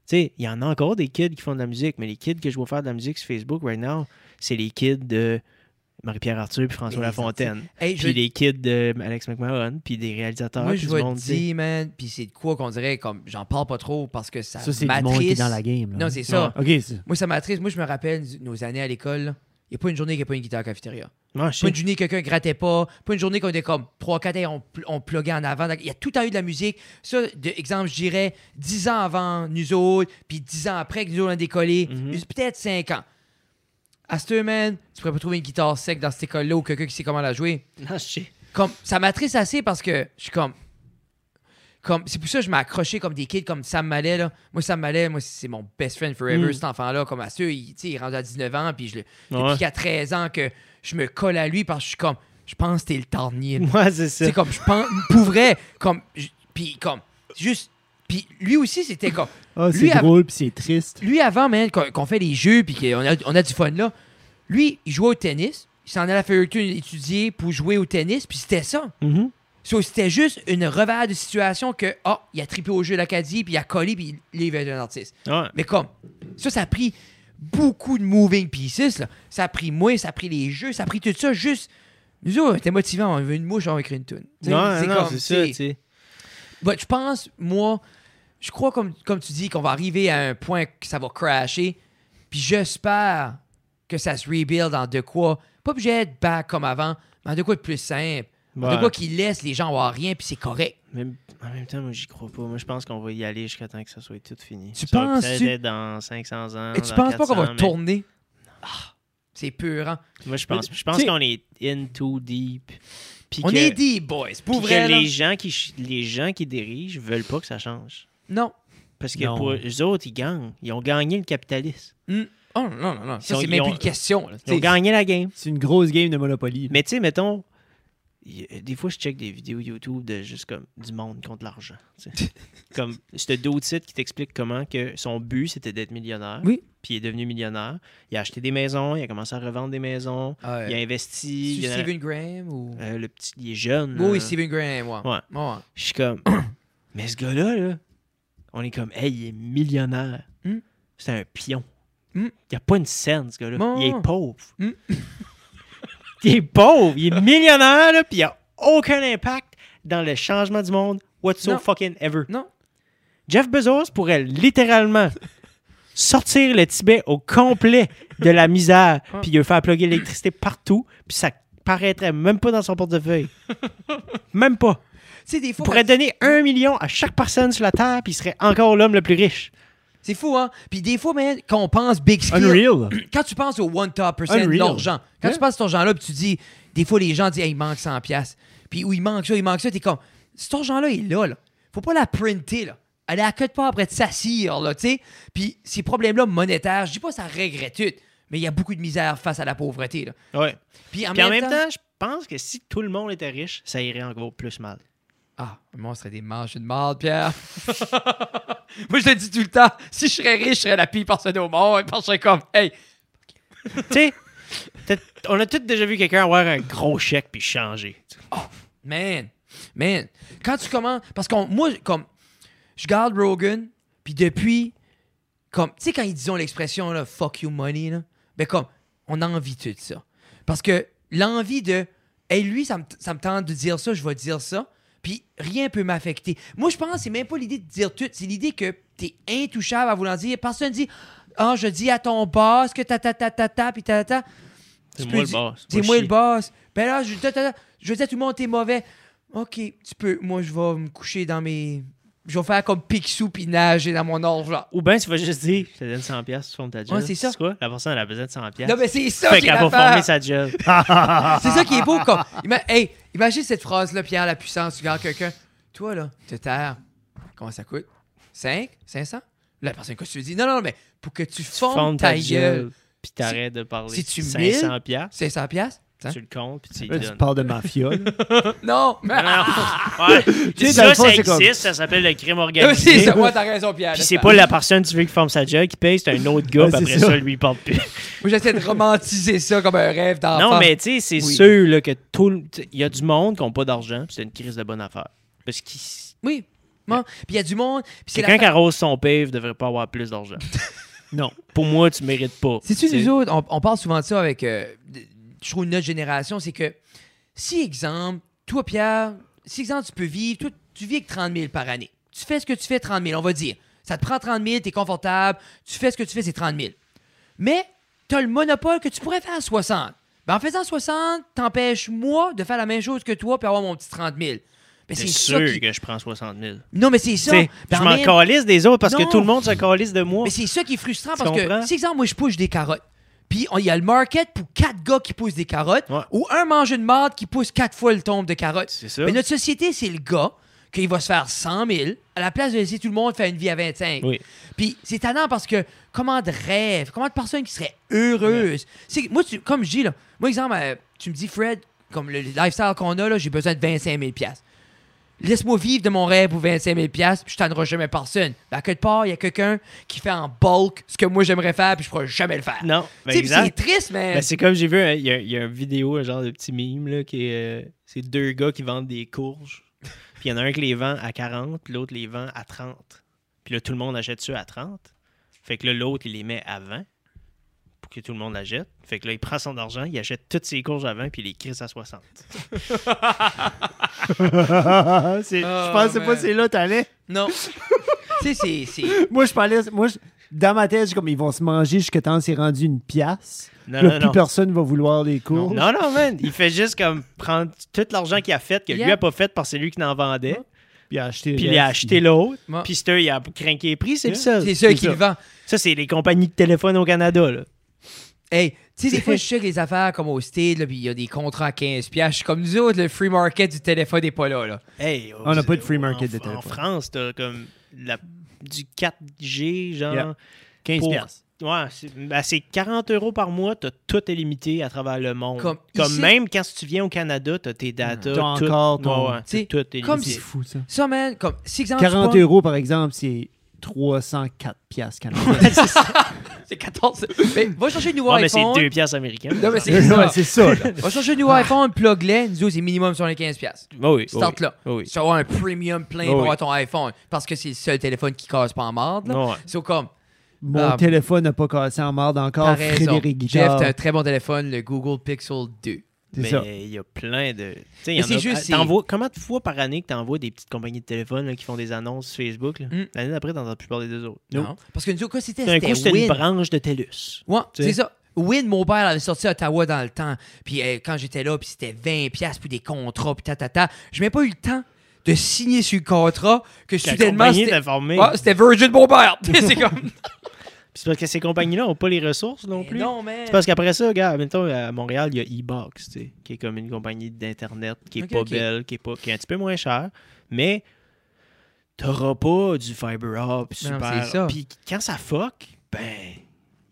Tu sais, il y en a encore des kids qui font de la musique, mais les kids que je vois faire de la musique sur Facebook right now, c'est les kids de Marie-Pierre Arthur puis François Et les Lafontaine, Hey, je puis les kids de Alex McMahon, puis des réalisateurs, Moi, puis je du vais monde. te tu sais. dire, man, puis c'est de quoi qu'on dirait, comme, j'en parle pas trop, parce que ça, Ça, c'est du monde qui est m'attriste. dans la game. là. Non, c'est ça. Ouais. OK, c'est- Moi, ça m'attriste. Moi, je me rappelle nos années à l'école, il n'y a pas une journée qu'il n'y a pas une guitare à la cafétéria. Ouais, je sais. Pas une journée que quelqu'un grattait pas. Pas une journée qu'on était comme 3-4 et on, pl- on pluguait en avant. Il y a tout le temps eu de la musique. Ça, de, exemple, je dirais 10 ans avant nous autres, puis 10 ans après que nous autres on a décollé, Mhm. Juste peut-être 5 ans. À cette semaine, tu pourrais pas trouver une guitare sec dans cette école-là ou quelqu'un qui sait comment la jouer. Non, je sais. Comme, ça m'attriste assez parce que je suis comme. Comme, c'est pour ça que je m'ai accroché comme des kids comme Sam Mallet. Là. Moi, Sam Mallet, moi, c'est mon best friend forever, Mm. cet enfant-là. Comme à ceux, il, tu sais, il est rendu à 19 ans, puis je le, Ouais. depuis qu'à 13 ans que je me colle à lui parce que je suis comme, je pense que t'es le tarnier. Moi, c'est ça. C'est comme, je pense, pour vrai, comme, je- puis comme, juste, puis lui aussi, c'était comme, Ah, Lui, c'est av- drôle, puis c'est triste. lui avant, man, qu'on qu'on fait des jeux, puis qu'on a, on a du fun là, lui, il jouait au tennis, il s'en allait à Fairton étudier pour jouer au tennis, puis c'était ça. Mhm. So, c'était juste une revers de situation que, oh, il a trippé au jeu l'Acadie, puis il a collé, puis il est un artiste. Ouais. Mais comme, ça, ça a pris beaucoup de moving pieces. là. Ça a pris moi, ça a pris les jeux, ça a pris tout ça. Juste, nous autres, on était motivants, on veut une mouche, on a écrit une tune. Non, non, c'est ça, tu sais. Bah, je pense, moi, je crois, comme, comme tu dis, qu'on va arriver à un point que ça va crasher. Puis j'espère que ça se rebuild en de quoi, pas obligé d'être back comme avant, mais en de quoi de plus simple. En de Ouais. quoi qui laisse les gens avoir rien, puis c'est correct. Même- en même temps, moi, j'y crois pas. Moi, je pense qu'on va y aller jusqu'à temps que ça soit tout fini. Tu ça va penses- peut-être tu- être dans 500 ans. Et tu dans penses pas qu'on 400, va mais tourner? Ah, c'est pur, hein? Moi, je pense, je pense T'sais- qu'on est in too deep. Puis On que, est dit, boys, pour puis vrai, que là. les, gens qui, ch- les gens qui dirigent veulent pas que ça change. Non. Parce que Non. pour eux autres, ils gagnent. Ils ont gagné le capitalisme. Hmm. Oh, non, non, non. Ça, ont- c'est ils même ont- plus une question. là. Ils ont T'sais, gagné la game. C'est une grosse game de Monopoly. Mais tu sais, mettons, y- euh, des fois, je check des vidéos YouTube de juste comme du monde contre l'argent. tu sais. comme ce d'autres sites qui t'explique comment que son but, c'était d'être millionnaire. Oui. Puis il est devenu millionnaire. Il a acheté des maisons, il a commencé à revendre des maisons, euh, il a investi. c'est-tu il a- Stephen Graham ou. euh, le petit, il est jeune. Oui, là. Stephen Graham, ouais. Ouais. Ouais. Je suis comme, mais ce gars-là, là, on est comme, hey, il est millionnaire. Hmm. C'est un pion. Hmm. Il a pas une scène, ce gars-là. Bon. Il est pauvre. Hmm. il est pauvre. Il est millionnaire, là, puis il a aucun impact dans le changement du monde Non. whatsoever fucking ever. Non. Jeff Bezos pourrait littéralement sortir le Tibet au complet de la misère, Ah. puis il faire plugger l'électricité partout, puis ça paraîtrait même pas dans son portefeuille. Même pas Tu sais, des fois. pourrait donner un million à chaque personne sur la Terre, puis il serait encore l'homme le plus riche. C'est fou, hein? Puis des fois, man, quand on pense big skill, Unreal. quand tu penses au one top percent de Unreal. l'argent, quand Yeah. tu penses à ton argent-là, puis tu dis, des fois, les gens disent, hey, il manque 100$, piastres. puis ou il manque ça, il manque ça, t'es comme, cet argent-là, il est là, là. Faut pas la printer, là. Elle est à quelque part après de s'assire, là, tu sais. Puis ces problèmes-là monétaires, je dis pas ça regrette tout, mais il y a beaucoup de misère face à la pauvreté, là. Ouais. Puis en, Puis en même, temps, je pense que si tout le monde était riche, ça irait encore plus mal. Ah, moi, on serait des manches de marde, Pierre. moi, je le dis tout le temps, si je serais riche, je serais la pire personne au monde, parce que je serais comme, hey, tu sais, t'as- on a tous déjà vu quelqu'un avoir un gros chèque puis changer. Man, man, quand tu commences. Parce que moi, comme. Je garde Rogan, puis depuis. Comme. Tu sais, quand ils disent l'expression, là, fuck you money, là. Ben, comme. On a envie de tout ça. Parce que l'envie de. Hey, lui, ça me, ça me tente de dire ça, je vais dire ça. Puis rien peut m'affecter. Moi, je pense, que c'est même pas l'idée de dire tout. C'est l'idée que t'es intouchable à vouloir dire. Personne dit. Ah, je dis à ton boss que ta ta ta ta ta, puis ta ta ta. C'est Tu moi peux le dire- boss. C'est moi le boss. Ben là, je, ta, ta, ta, je veux dire, tout le monde, t'es mauvais. Ok, tu peux. Moi, je vais me coucher dans mes. Je vais faire comme Picsou puis nager dans mon argent. Ou bien tu vas juste dire, je te donne 100 pièces, tu formes ta job. Ouais, c'est ça. Tu sais quoi? La personne, elle a besoin de 100 pièces. Non, mais c'est ça Fait qui est qu'elle va former l'affaire. sa job. C'est ça qui est beau. Comme... Ima- Hey, imagine cette phrase-là, Pierre, la puissance. Tu regardes quelqu'un. Toi, là, te taire. Comment ça coûte 5 500 La personne, que tu lui dis Non, non, mais pour que tu Tu formes fondes ta gueule. puis t'arrêtes de parler. si tu 500 pièces, 500 piastres hein? tu le comptes, puis tu lui Là, tu donnes. parles de mafia. là. Non, mais. Non, ouais. sais, dans ça, le fond, ça c'est existe, comme- ça s'appelle le crime Euh, organisé. C'est Ah, ça, ouais, t'as raison, Pierre. Puis laisse c'est faire. pas la personne que tu veux qui forme sa job qui paye, c'est un autre gars, Ouais, puis c'est après ça. ça, lui, il porte plus. Moi, j'essaie de romantiser ça comme un rêve d'enfant. Non, mais tu sais, c'est Oui. sûr là, que tout le- tu sais, il y a du monde qui n'a pas d'argent, puis c'est une crise de bonne affaire. Parce que Oui. Bon. Puis il y a du monde. Puis c'est quelqu'un la... qui arrose son pave devrait pas avoir plus d'argent. non. Pour moi, tu mérites pas. C'est-tu T'sais, nous autres, on, on parle souvent de ça avec, euh, de- je trouve, notre génération, c'est que si, exemple, toi, Pierre, si, exemple, tu peux vivre, toi, tu vis avec 30 000 par année. Tu fais ce que tu fais, 30 000, on va dire. Ça te prend 30 000, t'es confortable, tu fais ce que tu fais, c'est 30 000. Mais t'as le monopole que tu pourrais faire à 60. Ben, en faisant 60, t'empêches moi de faire la même chose que toi puis avoir mon petit 30 000. Ben, c'est C'est sûr ça qui- que je prends 60 000. Non, mais c'est ça. T'sais, Ben, je en m'en même- calisse des autres parce Non. que tout le monde se calisse de moi. Mais c'est ça qui est frustrant Tu parce comprends? que, si exemple, moi je pousse des carottes, puis on- il y a le market pour quatre gars qui poussent des carottes, Ouais. ou un mangeur de marde qui pousse quatre fois le tombe de carottes. C'est ça. Mais notre société, c'est le gars qu'il va se faire 100 000 à la place de laisser tout le monde faire une vie à 25. Oui. Puis c'est tannant parce que comment de rêve, comment de personnes qui seraient heureuses. C'est- Moi, tu- comme je dis, là, moi, exemple, euh, tu me dis, Fred, comme le lifestyle qu'on a, là, j'ai besoin de 25 000 piastres. Laisse-moi vivre de mon rêve pour 25 000 piastres, puis je tannerai jamais personne. Ben, à quelque part, il y a quelqu'un qui fait en bulk ce que moi j'aimerais faire, puis je pourrais jamais le faire. Non, Tu sais, ben puis exact. c'est triste, mais. Ben, c'est comme j'ai vu, hein, il y, a- il y a une vidéo, un genre de petit mime, là, qui est. euh, c'est deux gars qui vendent des courges. Puis il y en a un qui les vend à 40, puis l'autre les vend à 30. Puis là, tout le monde achète ceux à 30. Fait que là, l'autre, il les met à 20 pour que tout le monde l'achète. Fait que là, il prend son argent, il achète toutes ses courges à 20, puis il les crisse à 60. Ah, C'est- Oh, je pensais man. pas c'est là t'allais. Non. tu sais, c'est- c'est. Moi, je parlais. Moi, je- dans ma tête, je suis comme ils vont se manger jusqu'à temps que c'est rendu une pièce. Non, là, non, plus non. personne va vouloir les Non, cours. non, non, man. Il fait juste comme prendre tout l'argent qu'il a fait, que Yeah. lui a pas fait parce que c'est lui qui n'en vendait. Puis acheter. Puis il a acheté l'autre. Ouais. Puis c'est eux, il a craqué les prix, c'est le Yeah. seul. C'est ça qui ça. le vend. Ça, c'est les compagnies de téléphone au Canada, là. Hey, tu sais, des fois, je check les affaires comme au style, là, puis il y a des contrats à 15$. piastres. Je suis comme nous autres, le free market du téléphone n'est pas là. là. Hey, On n'a aux- pas de free market en- de téléphone. En France, t'as comme la- du 4G, genre. Yeah. 15 pour- piastres. Ouais, c'est ben, c'est 40 euros par mois, t'as tout est limité à travers le monde. Comme Comme, ici- même quand tu viens au Canada, t'as tes data. T'as tout, encore ton- Ouais, ouais, T'sais, tout est comme C'est limité. fou, ça. Ça, man, comme, si exemple, tu 40 prends- euros, par exemple, c'est 304 piastres canadiens. C'est 14. Mais va chercher un nouveau Ouais, mais c'est iPhone. 2 piastres américains. Non, mais c'est ça. Ouais, c'est ça. là. Va chercher un nouveau iPhone, plug-le. Nous autres, c'est minimum sur les 15$. piastres. Oh Ah. oui, oh Start oui, là. oh oui. Tu vas avoir un premium plein Oh pour oui. avoir ton iPhone parce que c'est le seul téléphone qui casse pas en marde. là. Ouais, ouais. C'est comme, Mon Ah. téléphone n'a pas cassé en marde t'as encore. raison. Frédéric Jeff, Guitard. t'as un très bon téléphone, le Google Pixel 2. C'est Mais ça. il y a plein de. tu sais, il y Mais en c'est a- juste, t'envoies- Comment de fois par année que t'envoies des petites compagnies de téléphone là, qui font des annonces sur Facebook? là? Mm. L'année d'après, t'entends plus parler des autres. Non. Parce que nous autres, quoi, c'était Tout d'un coup, c'était c'était Win. une branche de TELUS. Ouais, Tu c'est sais. ça. Win Mobile avait sorti à Ottawa dans le temps. Puis euh, quand j'étais là, puis c'était 20$ pour des contrats, puis tatata. Je n'ai pas eu le temps de signer sur le contrat que Que la soudainement compagnie c'était. était formée. Ah, c'était Virgin Mobile. Tu sais, c'est comme. Puis C'est parce que ces compagnies-là n'ont pas les ressources non Mais plus. Non, mais. C'est parce qu'après ça, regarde, mettons, à Montréal, il y a e-box, tu sais, qui est comme une compagnie d'Internet qui est Ok, pas ok. belle, qui est, pas, qui est un petit peu moins chère, mais t'auras pas du fiber up, Non, super. c'est ça. Puis quand ça fuck, ben,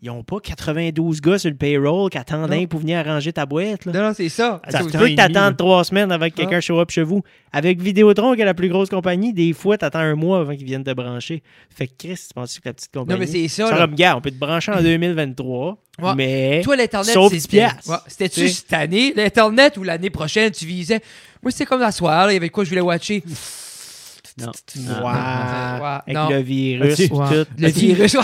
ils ont pas 92 gars sur le payroll qui attendent Non. un pour venir arranger ta boîte. Là. Non, non, c'est ça. Ça Ça se aussi. temps peut et que t'attendes demi. trois semaines avant que quelqu'un show up chez vous. Avec Vidéotron, qui est la plus grosse compagnie, des fois, t'attends un mois avant qu'ils viennent te brancher. Fait que Chris, tu penses que la petite compagnie. Non, mais c'est ça. Ça là. comme, gars, on peut te brancher en 2023, Ouais. mais. Toi, l'Internet, Sauf c'est- 10 piastres. Ouais. C'était-tu Tu sais. cette année, l'Internet, ou l'année prochaine, tu visais? Moi, c'était comme la soirée, là, il y avait quoi je voulais watcher? Non. Wow. Ah. Avec Non. le virus, As-tu- tout. Ouais. Le As-tu- virus, ouais.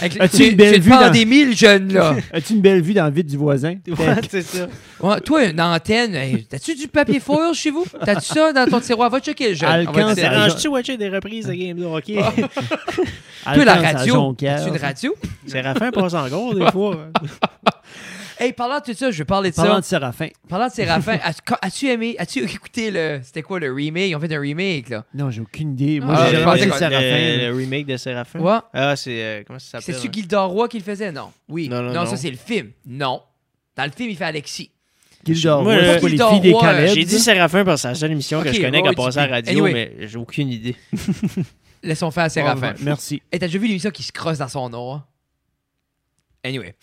Avec le- As-tu une C'est belle c'est une vue dans- pandémie, le jeune, là. As-tu une belle vue dans le vide du voisin? Ouais, c'est ça. Ouais, toi, une antenne, hey, t'as-tu du papier foil chez vous? T'as-tu ça dans ton tiroir? Va checker le jeune. On Alcan, va te ça dire. T'arranges-tu watcher des reprises de Game of Hockey? Toi, la Alphonse à radio. Jonquière. As-tu une radio? Séraphin passe en gros, des fois. Ah, Hey, parlant de tout ça, je vais parler de Parlant ça. de Séraphin. Parlant de Séraphin, as- quand- as-tu aimé, as-tu écouté le. C'était quoi le remake? Ils ont fait un remake, là. Non, j'ai aucune idée. Moi, Ah, j'ai je jamais pensais vu qu'on- Séraphin. euh, Le, le remake de Hein? Séraphin. Ouais. Ah, c'est. euh, comment ça s'appelle? C'est-tu hein? Gildor Roy qui le faisait? Non. Oui. Non, non, non. ça, c'est le film. Non. Dans le film, il fait Alexis. Gildor Moi, Roy, le- c'est pas les euh, Gildor filles des Roy, Calais. J'ai dit Séraphin parce que c'est la seule émission Ok, que je connais ouais, qui a passé à tu- la radio, anyway. mais j'ai aucune idée. Laissons faire Séraphin. Merci. Et t'as déjà vu l'émission qui se crosse dans son nom? hein? Anyway.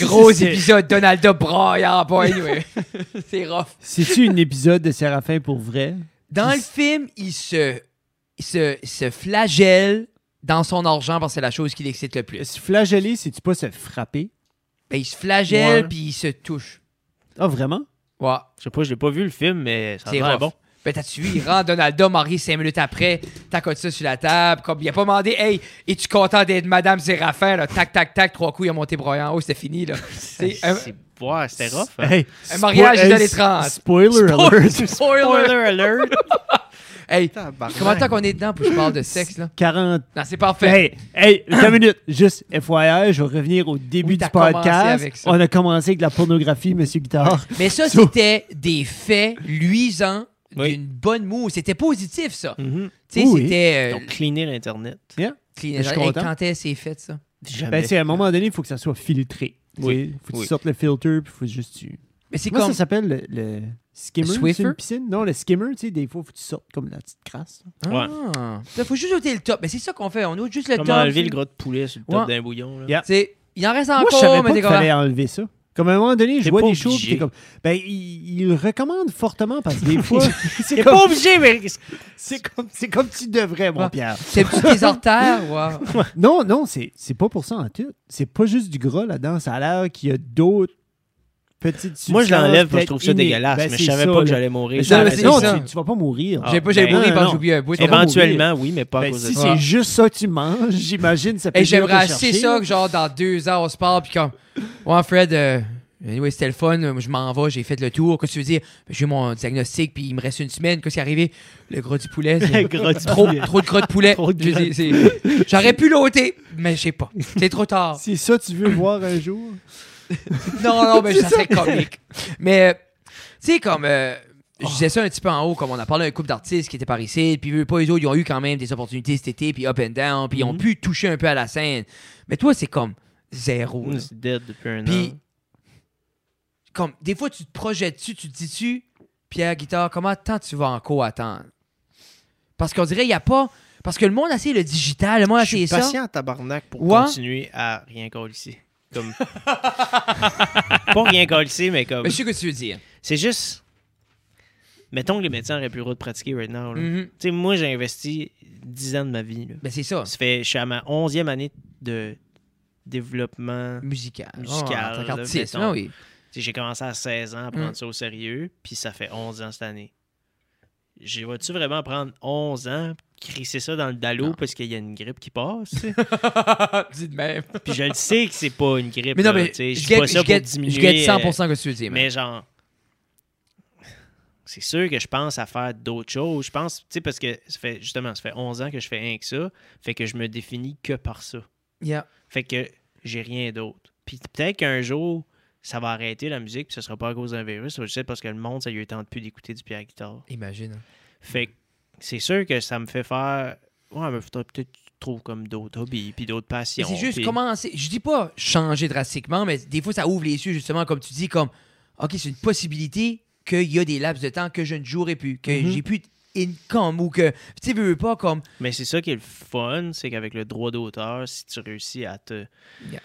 Gros épisode, Donald braille en bas. Anyway. c'est rough. C'est-tu un épisode de Séraphin pour vrai? Dans Puis- le film, il se, il se, il se flagelle dans son argent parce que c'est la chose qui l'excite le plus. Se flageller, c'est-tu pas se frapper? Ben, il se flagelle Ouais. puis il se touche. Ah, vraiment? Ouais. Je sais pas, je l'ai pas vu le film, mais ça a C'est l'air rough. bon. Ben, t'as-tu vu, il rend Donaldo marié cinq minutes après, tacote ça sur la table. Comme, il a pas demandé, hey, es-tu content d'être Madame Séraphin? Là, tac, tac, tac, trois coups, il a monté broyant en haut, c'était fini. Là. C'est euh, un, C'est ouais, c'était rough. hein. Hey, un mariage spo- dans les hey, 30. Spoiler alert. Spoiler! alert! Hey, Tabarnak. comment tant qu'on est dedans pour que je parle de sexe, là? 40. Non, c'est parfait. Hey, hey, deux minutes. Juste FYI, je vais revenir au début Oui, du t'as commencé avec podcast. ça. On a commencé avec la pornographie, Monsieur Guitard. Mais ça, So- c'était des faits luisants Oui. d'une bonne mousse. C'était positif, ça. Mhm. Tu sais, Oui. c'était... Ils euh, ont cleané l'Internet. clean- je suis Hey, content. quand est-ce que c'est fait, ça? Jamais. Ben, c'est à un moment donné, il faut que ça soit filtré. Oui, Oui. Faut que oui. tu sortes le filter, puis faut juste tu. Mais c'est Comment comme... ça s'appelle le, le skimmer Le sur Swiffer? une piscine? Non, le skimmer, tu sais, des fois, faut que tu sortes comme la petite crasse. Ah. Ça, faut juste ôter le top. Mais c'est ça qu'on fait. On ôte juste le Comment top. enlever le gros de poulet sur le top Ouais. d'un bouillon. là. Yeah. Tu sais, Il en reste Moi, je savais encore, pas mais t'es qu'il comme... fallait enlever ça. Comme à un moment donné, je T'es vois pas des shows, puis obligé. t'es comme. Ben, il, il le recommande fortement parce que des fois. c'est T'es comme, pas obligé, mais. c'est comme, c'est comme tu devrais, mon Ouais. Pierre. T'aimes-tu tes artères? Wow. Ah, Non, non, c'est, c'est pas pour ça en tout. C'est pas juste du gras là-dedans. Ça a l'air qu'il y a d'autres petites substances. Moi, je l'enlève parce que je peut-être trouve ça inné- dégueulasse, Ben, mais c'est je savais ça, pas que là. j'allais mourir. Ben, ça, J'avais mais c'est- ça. non, ça. Tu, tu vas pas mourir. Ah, J'ai pas, j'avais ben, oublié non, parce que non. j'ai oublié un bout. Eh ben, Éventuellement, oui, mais pas à Ben, cause de si ça. Ouais. c'est juste ça que tu manges, j'imagine, ça peut Et venir j'aimerais te assez chercher, ça là. que genre dans deux ans on se parle puis comme Ouais Fred euh, anyway, c'était le fun, euh, je m'en vais, j'ai fait le tour, qu'est-ce que tu veux dire? Ben, J'ai eu mon diagnostic puis il me reste une semaine, qu'est-ce qui est arrivé? Le gras du poulet, c'est- trop, trop de gras de poulet. Trop de Je veux gras dire, c'est- J'aurais pu l'ôter, mais je sais pas. C'est trop tard. C'est ça que tu veux voir un jour. Non, non, mais ça serait comique. Mais, euh, tu sais, comme. euh, je disais ça un petit peu en haut, comme on a parlé d'un couple d'artistes qui étaient par ici, puis eux, pas eux autres, ils ont eu quand même des opportunités cet été, puis up and down, puis ils ont Mhm. pu toucher un peu à la scène. Mais toi, c'est comme zéro. là. C'est dead depuis un Puis, an. comme, des fois, tu te projettes dessus, tu te dis dessus, Pierre Guitare, comment tant tu vas encore attendre? Parce qu'on dirait, il n'y a pas. Parce que le monde, assez le digital, le monde, je suis assez ça. patient, tabarnak, pour Ouais. continuer à rien ici. Comme... pas rien ici, mais comme. Mais je sais ce que tu veux dire. C'est juste. Mettons que les médecins auraient plus le droit de pratiquer right now. là. Mhm. Tu sais, moi, j'ai investi 10 ans de ma vie. Là. Ben, c'est ça. Ça fait, je suis à ma 11e année de développement. Tu Musical. Musical, Oh, en tant là, qu'artiste. mettons. Ah oui. sais, J'ai commencé à 16 ans à prendre Mm. ça au sérieux, puis ça fait 11 ans cette année. Je vais-tu vraiment prendre 11 ans, crisser ça dans le dallo Non. parce qu'il y a une grippe qui passe? tu sais? Dis de même. puis je le sais que c'est pas une grippe. Mais non, là, mais tu sais, je dis guette- pas ça je pour guette- je diminuer, guette euh, 100% que tu veux dire. man. Mais genre, c'est sûr que je pense à faire d'autres choses. Je pense, tu sais, parce que ça fait justement, ça fait 11 ans que je fais rien que ça. Fait que je me définis que par ça. Yeah. Fait que j'ai rien d'autre. Puis peut-être qu'un jour, ça va arrêter la musique, puis ce sera pas à cause d'un virus, ça va juste être parce que le monde, ça lui tente plus d'écouter du pierre guitare. Imagine. Fait que c'est sûr que ça me fait faire. Ouais, mais faudrait peut-être que tu trouves comme d'autres hobbies, puis d'autres Mais passions. C'est juste puis- commencer. Je dis pas changer drastiquement, mais des fois, ça ouvre les yeux, justement, comme tu dis, comme OK, c'est une possibilité qu'il y a des laps de temps que je ne jouerai plus, que Mhm. j'ai plus d'income ou que. Tu sais, veux, veux pas comme. Mais c'est ça qui est le fun, c'est qu'avec le droit d'auteur, si tu réussis à te Yeah.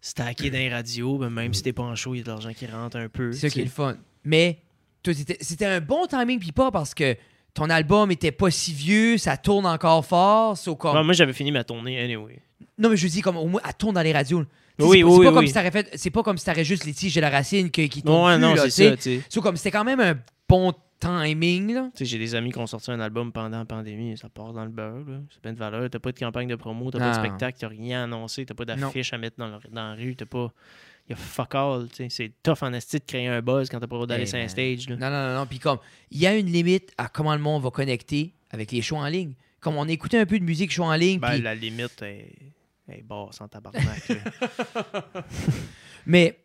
stacker dans les radios, ben même si t'es pas en show, il y a de l'argent qui rentre un peu. C'est ça qui est tu le sais. fun. Mais toi, c'était c'était un bon timing, puis pas parce que ton album était pas si vieux, ça tourne encore fort, sauf comme. Ouais, moi, j'avais fini ma tournée anyway. Non, mais je dis comme au moins, elle tourne dans les radios. là. Tu sais, Oui, c'est pas, oui, c'est pas oui, comme oui. si t'aurais fait. C'est pas comme si t'aurais juste les tiges et la racine qui, qui tournent Ouais, plus, non, là, tu c'est sais. ça, tu sais. So, comme c'était quand même un bon timing, là. Tu sais, j'ai des amis qui ont sorti un album pendant la pandémie, ça part dans le beurre, là. C'est bien de valeur. T'as pas de campagne de promo, t'as pas Non. de spectacle, t'as rien annoncé, t'as pas d'affiche à mettre dans, le- dans la rue, t'as pas. Y a fuck all, tu sais. C'est tough en esti de créer un buzz quand t'as pas le droit d'aller Hey, sur man. un stage, là. Eh ben, Non, non, non, non. Puis comme, il y a une limite à comment le monde va connecter avec les shows en ligne. Comme on écoutait un peu de musique show en ligne, Ben, puis- la limite est, est basse en tabarnak, là. mais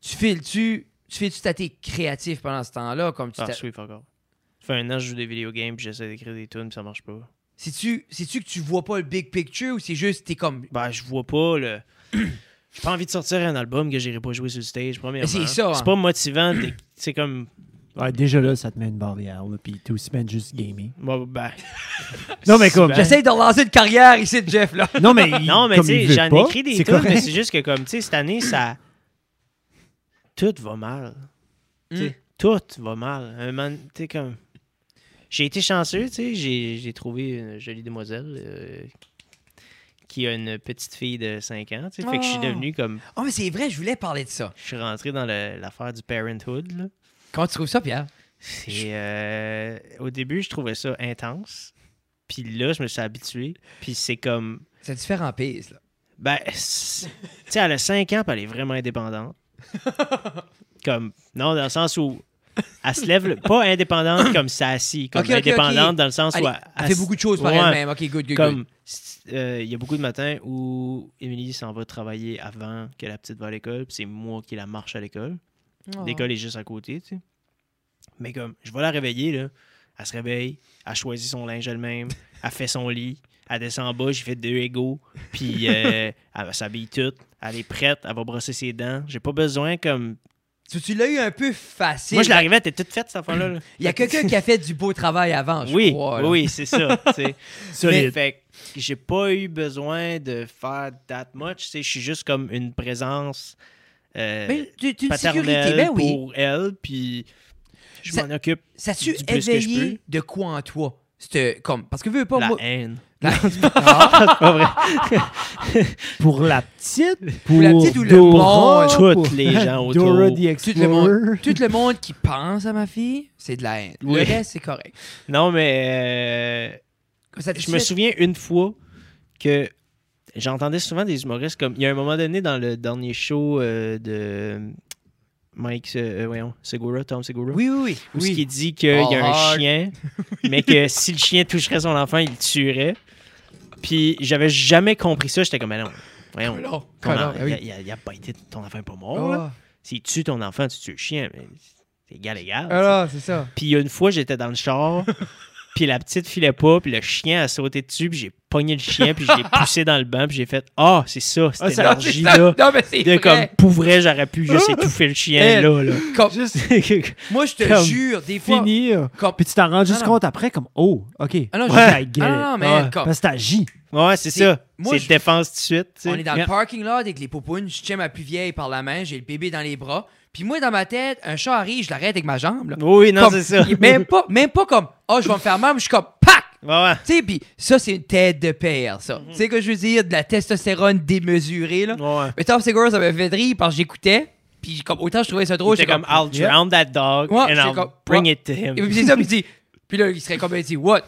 tu files-tu, tu files-tu t'as été créatif pendant ce temps-là, comme tu Ah, t'as- oui, fuck off. Ça fait un an que je joue des vidéo games puis j'essaie d'écrire des tunes puis ça marche pas. C'est-tu, c'est-tu que tu vois pas le big picture ou c'est juste t'es comme, Ben, je vois pas le. J'ai pas envie de sortir un album que j'irai pas jouer sur le stage, premièrement. c'est ça, hein. C'est pas motivant. t'es- C'est comme. Ouais, déjà là, ça te met une barrière, là, puis t'es aussi bien juste gaming. Bon, ben, Non, mais comme. j'essaie de relancer une carrière ici, de Jeff là. Non, mais. il- Non, mais tu comme sais, il veut j'en pas, écris des c'est tunes, mais correct. c'est juste que, comme, tu sais, cette année, ça. Tout va mal. Tu Mm. sais, Tout va mal. Un moment, tu sais, comme. J'ai été chanceux, tu sais. J'ai j'ai trouvé une jolie demoiselle euh, qui a une petite fille de 5 ans, tu sais. Fait que je suis Oh. devenu comme. Oh mais c'est vrai, je voulais parler de ça. Je suis rentré dans le- l'affaire du parenthood, là. Comment tu trouves ça, Pierre Et euh, au début, je trouvais ça intense. Puis là, je me suis habitué. Puis c'est comme. C'est différent piste là. Ben, c'est- tu sais, elle a 5 ans, puis elle est vraiment indépendante. comme. Non, dans le sens où. Elle se lève. le- pas indépendante comme ça, assis. Comme Ok, ok, ok. indépendante dans le sens Allez, où. elle fait beaucoup de choses par Ah, ouais, elle-même. Ok, good, good, good. Comme. c'est- euh, Il y a beaucoup de matins où Émilie s'en va travailler avant que la petite va à l'école, puis c'est moi qui la marche à l'école. L'école est juste à côté, tu sais. Mais comme, je vais la réveiller, là. Elle se réveille, elle choisit son linge elle-même, elle fait son lit, elle descend en bas, j'ai fait deux égaux, puis euh, elle s'habille toute, elle est prête, elle va brosser ses dents. J'ai pas besoin comme... Tu, tu l'as eu un peu facile. Moi, je l'arrivais, t'es toute faite, cette affaire-là. là. Il y a quelqu'un qui a fait du beau travail avant, je oui, crois. là. oui, c'est ça, tu sais. Mais Solide. fait que j'ai pas eu besoin de faire that much. tu sais, Je suis juste comme une présence euh, Mais tu, tu une paternelle sécurité, ben oui. pour elle, puis je Ça- m'en occupe Ça su du plus que je éveiller de quoi en toi? C'était comme... Parce que veux pas... la moi- haine. Pour la petite, pour, la petite ou le Dora, monde? pour- Toutes les gens autour. Dora the Tout le, monde, Explorer. tout le monde qui pense à ma fille, c'est de la haine. Oui. Le reste, c'est correct. Non, mais euh, Comme ça, je tu me sais- souviens une fois que j'entendais souvent des humoristes comme. Il y a un moment donné dans le dernier show euh, de Mike, Se- euh, voyons, Segura, Tom Segura. Oui, oui, Où oui. Oh, ce qui dit qu'il y a un Hard. chien, mais que si le chien toucherait son enfant, il le tuerait. Puis j'avais jamais compris ça. J'étais comme, mais non, voyons. Colon, colon, ton en- ah oui. il, a, il a- il a pas été- ton enfant est pas mort. là. Ah, S'il tue ton enfant, tu tues le chien. Mais c'est égal, égal. ah là, c'est ça. Puis il y a une fois, j'étais dans le char, puis la petite filait pas, puis le chien a sauté dessus, puis j'ai pogné le chien, puis je l'ai poussé dans le banc, puis j'ai fait Ah, c'est ça, cette Ah, ça, énergie-là. Non, mais c'est De comme, vrai. Eh. pour vrai, j'aurais pu juste étouffer le chien, Elle. là. là. Comme- Juste- Moi, je te Comme- jure, des fois... Finir. Comme- Puis tu t'en rends juste non. compte après, comme, oh, OK. Ah non, je- Ouais, Ah I get non, it. non, mais Ouais. comme- Parce que t'agis. Ouais, c'est C'est- ça. moi, C'est je- défense tout de suite. tu sais. On est dans le Yeah. parking lot avec les popounes. Je tiens ma plus vieille par la main, j'ai le bébé dans les bras. Puis moi, dans ma tête, un chat arrive, je l'arrête avec ma jambe. là. Oui, non, Comme- c'est ça. il est Même pas, même pas comme, oh, je vais me faire mal, mais je suis comme, pac! Ouais, ouais. Tu sais, puis ça, c'est une tête de père, ça. Tu sais que je veux dire, de la testostérone démesurée, là. Ouais. Mais Tom Segura, ça me fait rire parce que j'écoutais. Puis comme, autant je trouvais ça drôle, J'étais j'étais comme, comme, I'll Yeah. drown that dog Ouais, and j'étais I'll comme, bring ouais. it to him. Et puis c'est ça, puis il dit, puis là, il serait comme, il dit, what?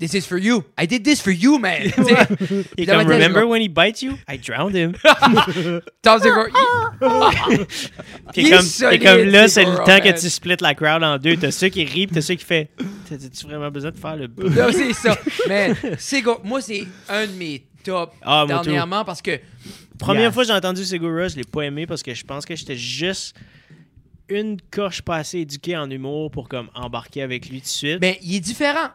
This is for you. I did this for you, man. Tu sais, Il est dans ma comme, tête, je remember vois- when he bites you? I drowned him. Tom Ah, Segura, il- T'es Il est comme, t'es solide, comme là, c'est c'est le Gorham, temps que man. tu splits la crowd en deux. T'as ceux qui rient, pis t'as ceux qui fait. T'as-tu vraiment besoin de faire le. Non, c'est ça. Mais Segura, moi, c'est un de mes tops Ah, moi, tout. dernièrement parce que Première Yes. fois que j'ai entendu Segura, je l'ai pas aimé parce que je pense que j'étais juste une coche pas assez éduquée en humour pour comme embarquer avec lui tout de suite. ben, il est différent.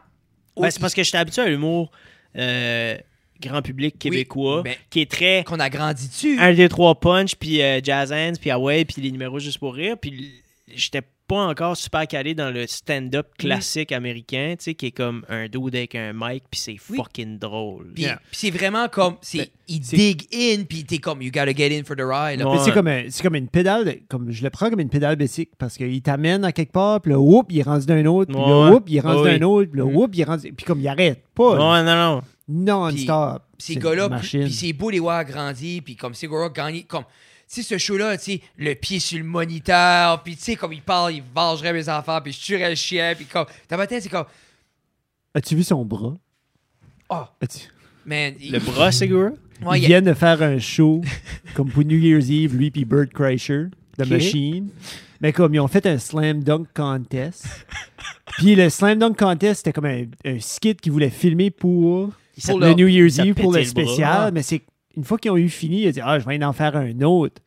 Ben, c'est parce que j'étais habitué à l'humour euh, grand public québécois ben- qui est très qu'on a grandi dessus. un des trois punch puis euh, jazz hands puis away puis les numéros juste pour rire puis l- j'étais pas encore super calé dans le Mm. stand-up classique américain tu sais qui est comme un dude avec un mic puis c'est Oui. fucking drôle Puis puis c'est vraiment comme, Ben, c'est, il c'est- dig in, puis t'es comme, you gotta get in for the ride. là. Ouais. Mais C'est comme, un- c'est comme une pédale, de- comme je le prends comme une pédale basique parce qu'il t'amène à quelque part, puis là, oups, il est rendu d'un autre, puis là, Ouais. oups, il est rendu Ah oui. d'un autre, puis là, Mm. oups, il est rendu. Puis comme il arrête pas, là, non non non non-stop. Puis Ces C'est une gars-là, machine. puis c'est beau les voir grandir, puis comme Segura gagner, comme, tu sais, ce show-là, tu sais, le pied sur le moniteur, puis tu sais, comme il parle, il vengerait mes enfants, puis je tuerais le chien, puis comme, dans ma tête, c'est comme, As-tu vu son bras? oh, As-tu- man, il- le bras Segura ouais, Ils il- viennent de faire un show comme pour New Year's Eve, lui puis Bird Crusher, The Ok. Machine. Mais comme ils ont fait un slam dunk contest. Puis le slam dunk contest, c'était comme un, un skit qu'ils voulaient filmer pour il Pour le leur- New Year's ça Eve, pour le pétait le bras. spécial. Mais c'est une fois qu'ils ont eu fini, ils ont dit Ah, je vais en faire un autre.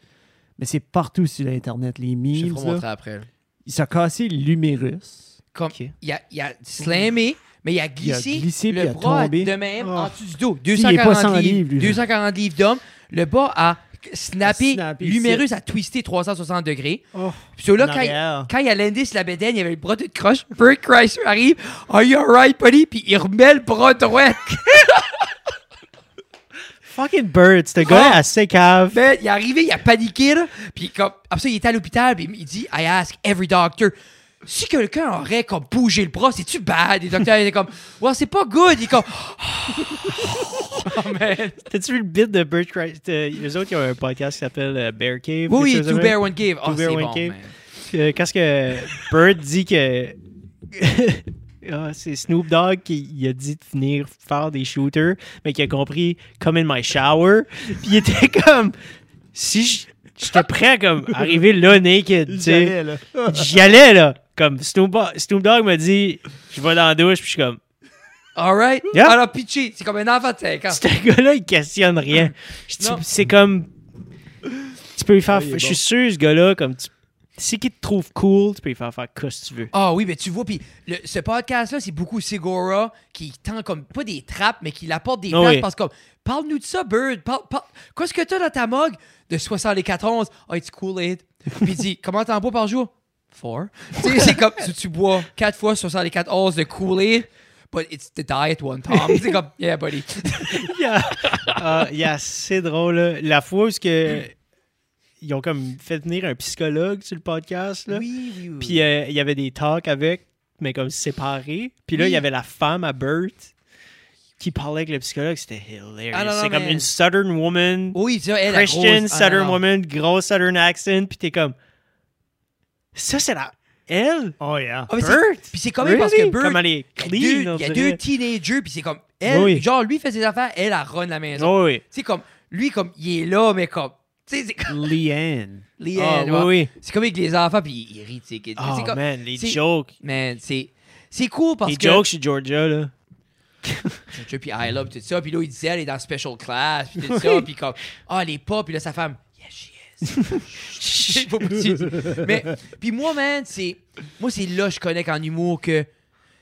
Mais c'est partout sur Internet, je les vais memes. vous là. montrer après. là. Il s'est cassé l'humérus. Comme, Ok. il, a, il a slamé, mais il a glissé, glissé, puis le il a bras tombé. de même Oh. en dessous du dos. il est pas 240 100 livres, livres, lui. 240 livres d'homme. Le bas a snappé, Snappé l'humérus a twisté 360 degrés. Oh, Puis là, en quand il, arrière. quand il a l'indé sur la bédaine, il avait le bras tout croche. Bert Chrysler arrive, « Are you alright, buddy? » Puis il remet le bras droit. fucking bird ce gars est assez cave Ben, il est arrivé, il a paniqué, là. Puis comme, après ça, il était à l'hôpital, puis il dit, I ask every doctor. Si quelqu'un aurait comme bougé le bras, c'est-tu bad? Les docteurs étaient comme, well, c'est pas good. Il est comme, oh, man. t'as-tu vu le bit de Bird Cry euh, eux autres ils ont un podcast qui s'appelle euh, Bear Cave Oui, quelque oui, chose Two de Bear, One Give. Oh, Two c'est Bear, One bon, Cave. man. Euh, quand ce que Bird dit que Ah, c'est Snoop Dogg qui il a dit de venir faire des shooters, mais qui a compris Come in my shower. Puis il était comme si je- j'étais prêt à comme arriver là naked, tu sais. là. J'y allais là. Comme Snoop, Bo- Snoop Dogg m'a dit je vais dans la douche, puis je suis comme All right. Yeah. Alors, pitché, c'est comme un enfant de 5 ans. ce gars-là, il questionne rien. Je dis, Non. C'est comme. Tu peux lui faire. Ouais, il est Je bon. suis sûr, ce gars-là, comme. Tu, si qu'il te trouve cool, tu peux lui faire faire quoi si tu veux. Ah oui, mais tu vois, puis le- ce podcast-là, c'est beaucoup Segura qui tend comme, pas des trappes, mais qui l'apporte des Ah places oui. parce que comme, parle-nous de ça, Bird. Parle- parle- Qu'est-ce que t'as dans ta mug de 74 Ah, it's cool, aid. Puis il dit, comment t'en bois par jour? Four. tu sais, c'est comme, si tu bois 4 fois 74 de cool aid, but it's the diet one time. c'est comme, yeah, buddy. Il y a- Ah, il y a assez drôle. là. La fois où ce que ils ont comme fait venir un psychologue sur le podcast. Là. Oui, oui, oui. Puis euh, il y avait des talks avec, mais comme séparés. Puis là, Oui. il y avait la femme à Bert qui parlait avec le psychologue. C'était hilarious. Ah, non, non, c'est comme mais- une Southern woman, oui, ça, oh, elle, la Christian grosse- ah, non, Southern non. woman, gros Southern accent. Puis t'es comme, ça, c'est la. Elle? Oh, yeah. Ah, mais c'est- Bert? Puis c'est quand même parce que Really? Bert, Comme elle est il y a clean. deux- on il y a dirait. deux teenagers, puis c'est comme, elle, Oui. genre, lui fait ses affaires, elle, elle run la maison. Oh, oui. Tu sais, comme, lui, comme, il est là, mais comme, tu sais, c'est comme, Leanne. Liane, ouais. Ah, oui, oui. C'est comme avec les enfants, puis il rit, tu sais. que- Oh, c'est comme, man, les c'est- jokes. man, c'est, c'est cool parce Les que. jokes chez Georgia, là. Tu sais, Puis I love, tout ça. Puis là, il disait, elle est dans special class, puis tout ça. Puis comme, ah, elle est pas. Puis là, sa femme, yes, she is. Chut, faut pas que tu dises. Mais, puis moi, man, c'est. Moi, c'est là que je connais qu'en humour que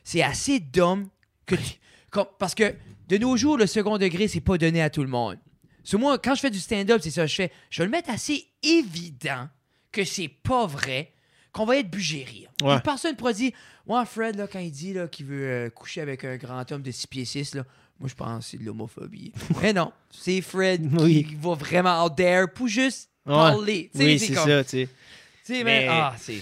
c'est assez dumb que tu- comme- parce que de nos jours, le second degré, c'est pas donné à tout le monde. Sur moi, quand je fais du stand-up, c'est ça que je fais. Je vais le mettre assez évident que c'est pas vrai, qu'on va être bugé rire. Ouais. Une personne pourra dire Ouais, Fred, là, quand il dit là, qu'il veut euh, coucher avec un grand homme de 6 pieds 6, là, moi, je pense que c'est de l'homophobie. Mais non, c'est Fred Oui. qui va vraiment out there pour juste Ouais. parler. Tu sais, Oui, c'est comme- ça, tu sais. tu sais, mais... Mais- Ah, c'est...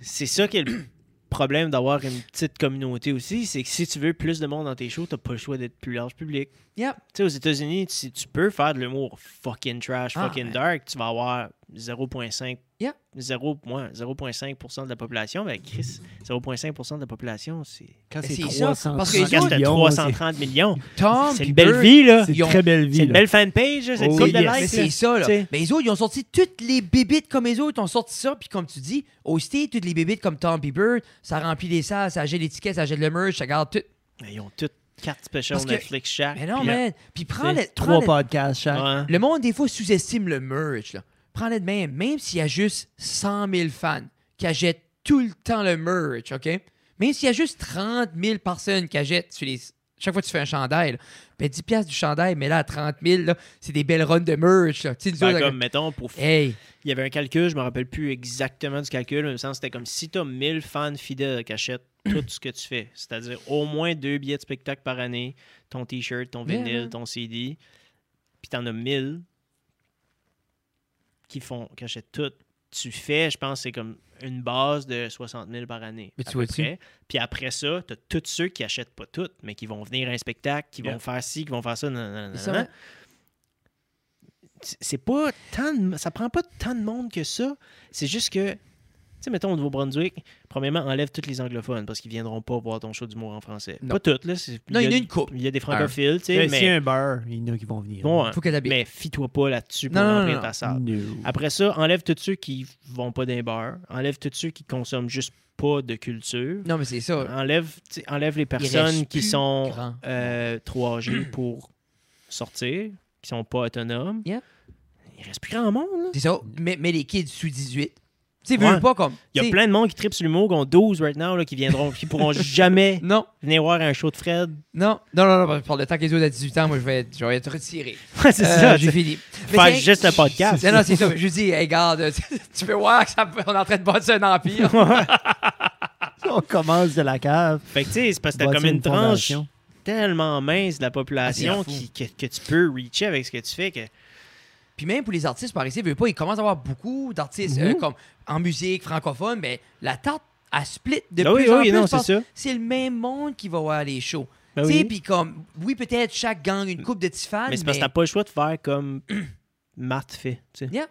C'est ça qui est le problème d'avoir une petite communauté aussi, c'est que si tu veux plus de monde dans tes shows, t'as pas le choix d'être plus large public. Yep. Tu sais, aux États-Unis, si tu peux faire de l'humour fucking trash, Ah, fucking ouais. dark, tu vas avoir 0,5... Yeah. 0, moins 0,5% de la population. Mais Chris, 0,5% de la population, c'est... Quand c'est c'est ça, 300 parce que les Quand autres, t'as 330 millions, Tom Ah, c'est puis une belle Bert, vie, là. C'est Ils ont- une très belle vie. C'est une là. belle fanpage, là, c'est une Oh, couple de yes. Mais likes. là. c'est ça, là. Tu sais. Mais les autres, ils ont sorti toutes les bébites comme les autres. Ils ont sorti ça, puis comme tu dis, au State, toutes les bébites comme Tom P. Bird, ça remplit les salles, ça jette les tickets, ça jette le merch, ça garde tout. Mais Ben, Ils ont toutes quatre specials Parce que- Netflix chaque. Mais non, puis là- man. Puis prends C'est le. prends Trois le- podcasts chaque. Ouais. Le monde, des fois, sous-estime le merch. là. Prends-le de même. Même s'il y a juste 100 000 fans qui achètent tout le temps le merch, OK? Même s'il y a juste 30 000 personnes qui achètent sur les- Chaque fois que tu fais un chandail, là, ben 10 piastres du chandail, mais là, à 30 000, là, c'est des belles runs de merch. Là. Tu sais, nous Ben, autres, euh, eh. comme, mettons, pour Hey, Il y avait un calcul, je me rappelle plus exactement du calcul, mais il me semble que c'était comme si tu as 1000 fans fidèles qui achètent tout ce que tu fais, c'est-à-dire au moins deux billets de spectacle par année, ton t-shirt, ton vinyle, Yeah. ton CD, puis tu en as 1000 qui font qui achètent tout. Tu fais, je pense, c'est comme une base de 60 000 par année. Mais à tu peu vois-tu? près. Puis après ça, tu as tous ceux qui achètent pas tout, mais qui vont venir à un spectacle, qui Yeah. vont faire ci, qui vont faire ça. nan, nan, nan, ça, nan. C'est pas tant de- ça prend pas tant de monde que ça. C'est juste que, tu sais, mettons au Nouveau-Brunswick, premièrement, enlève tous les anglophones parce qu'ils viendront pas voir ton show d'humour en français. Non. Pas toutes, là. c'est- Non, il y en a a- une couple. Il y a des francophiles, tu sais, Mais Ben, s'il y a mais, un beurre, il y en a qui vont venir. bon, hein, faut que t'habilles. mais fie-toi pas là-dessus pour Non, non, remplir non, non. ta salle. No. Après ça, enlève tous ceux qui vont pas d'un bar, enlève tous ceux qui consomment juste pas de culture. Non, mais c'est ça. Enlève, tu sais, enlève les personnes reste qui plus sont grand. euh, 3G pour sortir, qui sont pas autonomes. Yeah. Il reste plus grand monde. là. C'est ça. Mais, mais les kids sous 18, tu sais, veux Ouais. veux pas comme. Il tu y a sais, plein de monde qui tripent sur l'humour, qui ont 12 right now, là, qui viendront, qui pourront jamais Non, venir voir un show de Fred. non, non, non, non. Par le temps que les autres à 18 ans, moi, je vais être, je vais être retiré. Ouais, c'est Euh, ça. j'ai J'ai fini. Mais faire c'est- juste un podcast. Non, non, c'est ça. mais Je dis, hey, regarde, tu peux voir qu'on est en train de bâtir un empire. On commence de la cave. Fait que, tu sais, c'est parce que t'as bâtir comme une, tranche fondation. tellement mince de la population Ah, c'est qui- que, que tu peux reacher avec ce que tu fais. Que... Puis même pour les artistes, par ici, veut pas, il commence à avoir beaucoup d'artistes Mhm. euh, comme en musique francophone, mais la tarte à split de Ah plus oui, en oui, plus non, parce c'est que ça. C'est le même monde qui va voir les shows. Ben tu sais, oui. puis comme, oui, peut-être chaque gang une coupe de petits fans, Mais c'est parce que t'as pas le choix de faire comme Matt fait. tu sais. Yeah.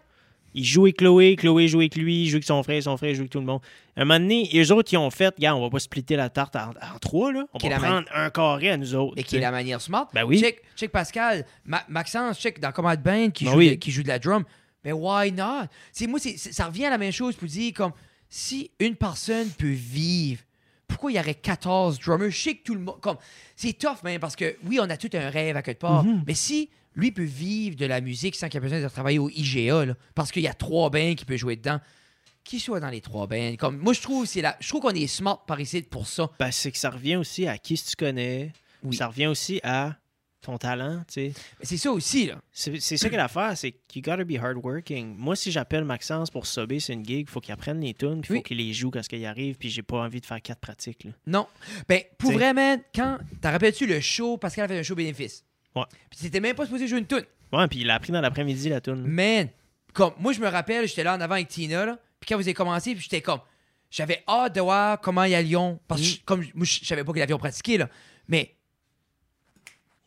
Il joue avec Chloé, Chloé joue avec lui, il joue avec son frère, son frère joue avec tout le monde. un moment donné, eux autres, ils ont fait, gars, on va pas splitter la tarte en, en trois, là. On Qui est va la prendre un carré à nous autres. mais qui tu est sais. la manière smart. Ben oui. Check, check Pascal, Ma- Maxence, check dans Command Band qui, Ben joue oui. de, qui joue de la drum. Mais why not? C'est moi, c'est- c'est- ça revient à la même chose pour dire comme si une personne peut vivre, pourquoi il y aurait 14 drummers? Je sais que tout le monde. Comme, c'est tough, même, parce que oui, on a tout un rêve à quelque part. Mm-hmm. Mais si lui peut vivre de la musique sans qu'il ait besoin de travailler au IGA, là, parce qu'il y a trois bands qui peut jouer dedans. Qui soit dans les trois bands. Comme, moi, je trouve, c'est la, je trouve qu'on est smart par ici pour ça. Ben, c'est que ça revient aussi à qui tu connais. Oui. Ça revient aussi à ton talent, tu sais. Mais c'est ça aussi, là. C'est c'est ça que l'affaire, c'est que you gotta be hardworking. Moi, si j'appelle Maxence pour subber, c'est une gig, faut qu'il apprenne les tunes, puis faut Oui. qu'il les joue quand il arrive, puis j'ai pas envie de faire quatre pratiques. Là. Non. Ben, pour T'sais. vrai, man, quand. T'en rappelles-tu le show? Pascal a fait un show bénéfice. Ouais. Puis c'était même pas supposé jouer une tune. Hmm. Ouais, puis il a appris dans l'après-midi la tune. Man, Comme, moi, je me rappelle, j'étais là en avant avec Tina, là, puis quand vous avez commencé, puis j'étais comme, j'avais hâte de voir comment il y a Lyon, parce que Hmm. je- comme, moi, je savais pas que l'avion pratiqué, là, mais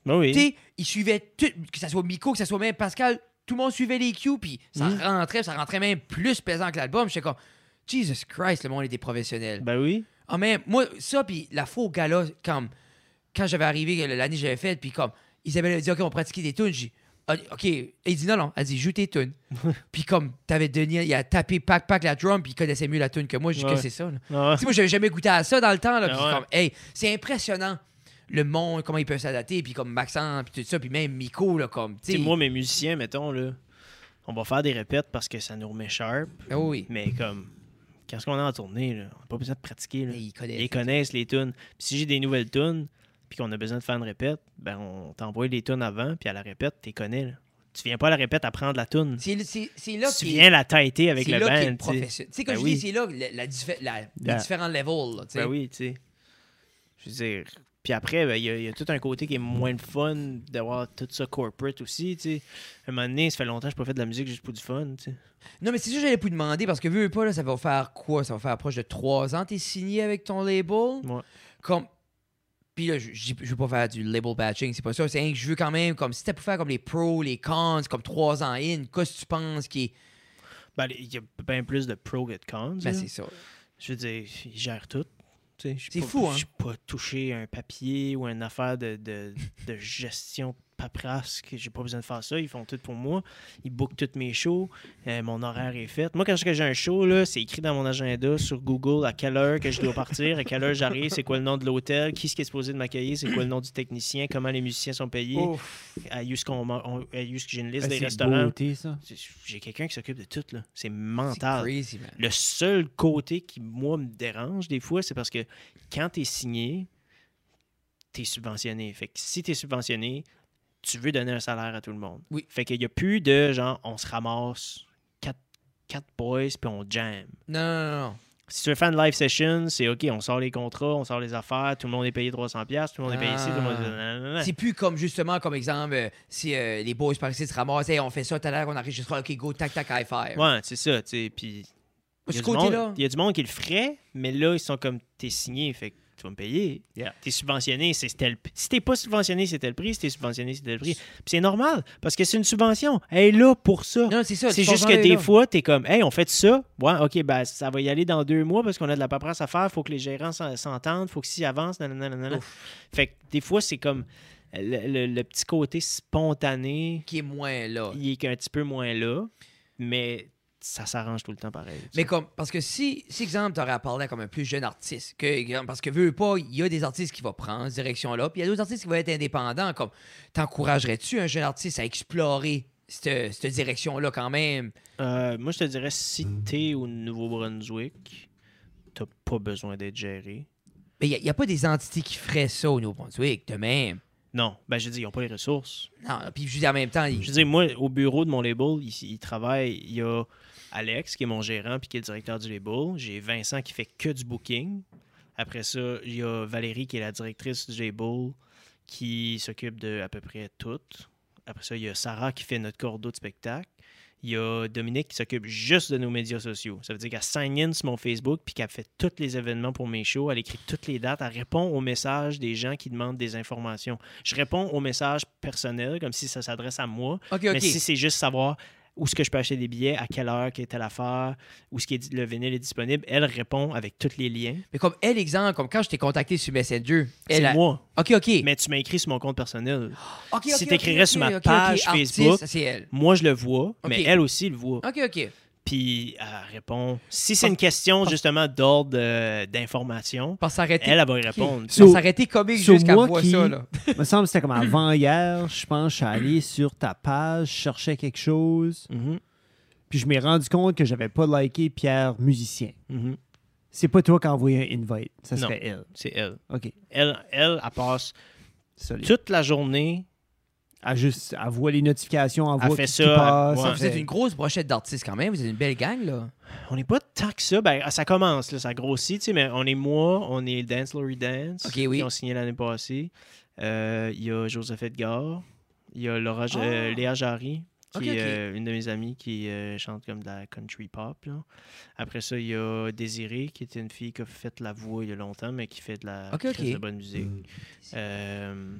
Ben oui. tu sais, ils suivaient tout, que ce soit Miko, que ce soit même Pascal, tout le monde suivait les cues, puis ça Mhm. rentrait, ça rentrait même plus pesant que l'album. J'étais comme, Jesus Christ, le monde était professionnel. Ben oui. Ah, mais moi, ça, puis la faux gala, comme, quand j'avais arrivé, euh, l'année que j'avais faite, puis comme, Isabelle a dit, OK, on pratiquait des tunes. J'ai dit, Ah, OK. Et il dit, non, non. Elle dit, joue tes tunes. puis comme, t'avais Denis, il a tapé pack pack la drum, puis il connaissait mieux la tune que moi. J'ai dit, Ouais. que c'est ça, là? Ah, Tu sais, moi, j'avais jamais goûté à ça dans le temps. Là, Ah puis c'est ouais. comme, hey, c'est impressionnant le monde, comment ils peuvent s'adapter, puis comme Maxence, puis tout ça, puis même Miko, là, comme, tu tu sais. sais, moi, mes musiciens, mettons, là, on va faire des répètes parce que ça nous remet sharp, Ah oui. mais comme, quand est-ce qu'on est en tournée, là, on n'a pas besoin de pratiquer. Là. Mais ils connaissent. Ils connaissent les tunes. Puis si j'ai des nouvelles tunes, puis qu'on a besoin de faire une répète, ben on t'envoie les tunes avant, puis à la répète, t'es connais. Là. Tu viens pas à la répète apprendre la tune. C'est c'est- c'est là tu qu'il viens la têter avec c'est le là qu'il est band. tu sais. professionnel. Tu sais, comme Ben je oui. dis, c'est là la, la diffé- la- les Yeah. différents levels, là, tu sais. Ben oui, tu sais. Je veux dire. Puis après, ben, il y, a- il y a tout un côté qui est moins le fun d'avoir tout ça corporate aussi, tu sais. À un moment donné, ça fait longtemps que je pas fait de la musique juste pour du fun, tu sais. Non, mais c'est ça que j'allais vous demander, parce que veux, veux pas, là, ça va faire quoi? Ça va faire proche de trois ans, t'es signé avec ton label? Ouais. Comme... Puis là, je je- je veux pas faire du label batching, c'est pas ça. C'est rien que je veux quand même, comme si t'as pour faire comme les pros, les cons, comme trois ans in, qu'est-ce que tu penses qui est... Ben, il y a bien plus de pros que de cons. Ben, là. c'est ça. je veux dire, ils gèrent tout. Tu sais, je suis C'est pas- fou, hein? Je suis pas touché à un papier ou à une affaire de, de, de gestion paperasse. que J'ai pas besoin de faire ça. Ils font tout pour moi. Ils bookent toutes mes shows. Euh, mon horaire est fait. Moi, quand j'ai j'ai un show, là, c'est écrit dans mon agenda sur Google à quelle heure que je dois partir, à quelle heure j'arrive, c'est quoi le nom de l'hôtel, qui est-ce qui est supposé de m'accueillir, c'est quoi le nom du technicien, comment les musiciens sont payés, à Yus qu'on m'a- on- à Yus que j'ai une liste des eh, C'est restaurants. beauté, ça. C'est- J'ai quelqu'un qui s'occupe de tout. là. C'est C'est mental. crazy, man. Le seul côté qui, moi, me dérange des fois, c'est parce que quand t'es signé, t'es subventionné. Fait que si t'es subventionné, tu veux donner un salaire à tout le monde. Oui. Fait qu'il n'y a plus de genre, on se ramasse quatre, quatre boys puis on jam. Non, non, non, non. Si tu veux faire une live session, c'est OK, on sort les contrats, on sort les affaires, tout le monde est payé 300$, piastres, tout le monde est payé ici, tout le monde est- nanana. C'est plus comme, justement, comme exemple, euh, si euh, les boys par ici se ramassent, Hey, on fait ça tout à l'heure, on enregistrera, OK, go, tac, tac, high five. Ouais, c'est ça, tu sais. Puis Il y, Ce a du monde- côté-là... il y a du monde qui le ferait, mais là, ils sont comme t'es signé, fait que tu vas me payer. Yeah. T'es subventionné, c'est tel. Si t'es pas subventionné, c'est tel prix. Si t'es subventionné, c'est tel prix. Puis c'est normal, parce que c'est une subvention. Elle est là pour ça. Non, c'est ça. C'est tu juste comprends, que des là. fois, t'es comme, hey, on fait ça. Ouais, ok, ben, ça va y aller dans deux mois parce qu'on a de la paperasse à faire. Faut que les gérants s'en- s'entendent. Faut que s'ils avancent. nanana, nanana. Fait que des fois, c'est comme le, le- le petit côté spontané, Qui est moins là. il est un petit peu moins là, mais ça s'arrange tout le temps pareil. tu Mais comme, parce que si, si exemple, t'aurais à parler à comme un plus jeune artiste, que, exemple, parce que veux veux pas, il y a des artistes qui vont prendre cette direction-là, puis il y a d'autres artistes qui vont être indépendants, comme, t'encouragerais-tu un jeune artiste à explorer cette, cette direction-là quand même? Euh, moi, je te dirais, si t'es au Nouveau-Brunswick, t'as pas besoin d'être géré. Mais il n'y a, pas des entités qui feraient ça au Nouveau-Brunswick, de même. Non, ben je dis, ils ont pas les ressources. Non, puis je dis en même temps, il- Je dis, moi, au bureau de mon label, ils, ils travaillent. Il y a Alex, qui est mon gérant, puis qui est le directeur du label. J'ai Vincent qui fait que du booking. Après ça, il y a Valérie qui est la directrice du label, qui s'occupe de à peu près tout. Après ça, il y a Sarah qui fait notre cordeau de spectacle. Il y a Dominique qui s'occupe juste de nos médias sociaux. Ça veut dire qu'elle sign in sur mon Facebook puis qu'elle fait tous les événements pour mes shows. Elle écrit toutes les dates. Elle répond aux messages des gens qui demandent des informations. Je réponds aux messages personnels comme si ça s'adresse à moi. OK, OK. Mais si c'est juste savoir où est-ce que je peux acheter des billets, à quelle heure, quelle est telle affaire, où est-ce que le vinyle est disponible, elle répond avec tous les liens. Mais comme, elle, exemple, comme quand je t'ai contacté sur Messenger, elle C'est a- moi. OK, OK. Mais tu m'as écrit sur mon compte personnel. OK, si OK, t'écrirais OK, sur OK, ma OK, page OK, artiste, Facebook- ça, c'est elle. Moi, je le vois, mais Ok. elle aussi le voit. OK, OK. Puis elle répond. Si c'est une question justement d'ordre euh, d'information, Parce s'arrêter. elle, elle va y répondre. So- s'arrêter comique so jusqu'à moi voir qui- ça, là. me semble que c'était comme avant hier, je pense, je suis allé sur ta page, je cherchais quelque chose, Mhm, puis je m'ai rendu compte que j'avais pas liké Pierre musicien. mhm. C'est pas toi qui as envoyé un invite, ça Non. serait elle. C'est elle. OK. elle. Elle, elle passe Solide. toute la journée. Elle juste elle voit les notifications, elle Elle voit fait qui, ça, qui passe, ouais. elle Vous êtes fait- une grosse brochette d'artistes quand même. Vous êtes une belle gang, là. On n'est pas tant que ça. Ben, ça commence, là, ça grossit, tu sais, mais on est moi, on est Dance Laurie Dance, Ok, oui. qui ont signé l'année passée. Euh, Il y a Joseph Edgar, il y a Laura, Ja- Ah. Léa Jarry, qui Ok, est ok. euh, une de mes amies qui euh, chante comme de la country pop. là. Après ça, il y a Désirée, qui était une fille qui a fait la voix il y a longtemps, mais qui fait de la Ok, qui fait de ok. la bonne musique. Euh,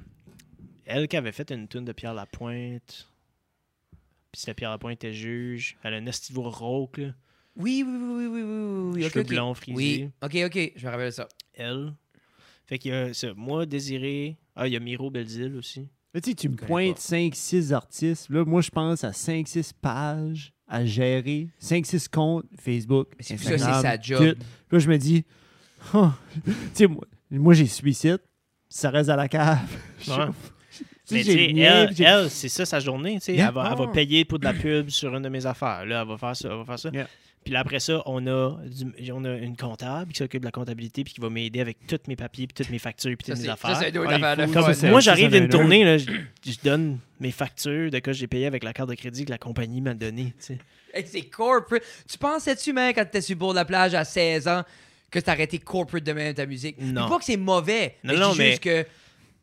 elle qui avait fait une tune de Pierre Lapointe. Puis c'était Pierre Lapointe était juge. Elle a un esti de voix rauque, là. Oui, oui, oui, oui, oui, oui, oui. Cheveux ok, ok. blonds frisés. Oui, ok, ok, je me rappelle de ça. Elle. Fait qu'il y a ça, moi, Désirée. Ah, il y a Miro Belzil aussi. Là, tu sais, tu me connais pointes pas. 5-6 artistes. Là, moi, je pense à 5-6 pages à gérer, 5-6 comptes Facebook. Mais c'est plus ça, Instagram, c'est sa job. tout. Là, je me dis, oh, tu sais, moi, moi, j'ai suicide, ça reste à la cave. Je- Ouais. tu sais, Mais tu j'ai sais, le mien, elle, puis j'ai- elle, c'est ça sa journée. tu sais. Yeah. Elle, va, elle va Ah. payer pour de la pub sur une de mes affaires. Là, elle va faire ça, elle va faire ça. Yeah. Puis là, après ça, on a, du- on a une comptable qui s'occupe de la comptabilité puis qui va m'aider avec tous mes papiers, puis toutes mes factures, puis Ça, toutes mes c'est affaires. ça, c'est une autre Ah, il affaire de faut- fun. ça, c'est- Moi, j'arrive ça, d'une ça, tournée, là, je, je donne mes factures de que j'ai payé avec la carte de crédit que la compagnie m'a donnée. tu sais. Hey, c'est corporate. Tu pensais-tu, même, quand t'étais sur le bord de la plage à 16 ans, que t'arrêtais corporate de même ta musique? Je dis Non. pas que c'est mauvais. Non, mais non, je dis mais- juste que.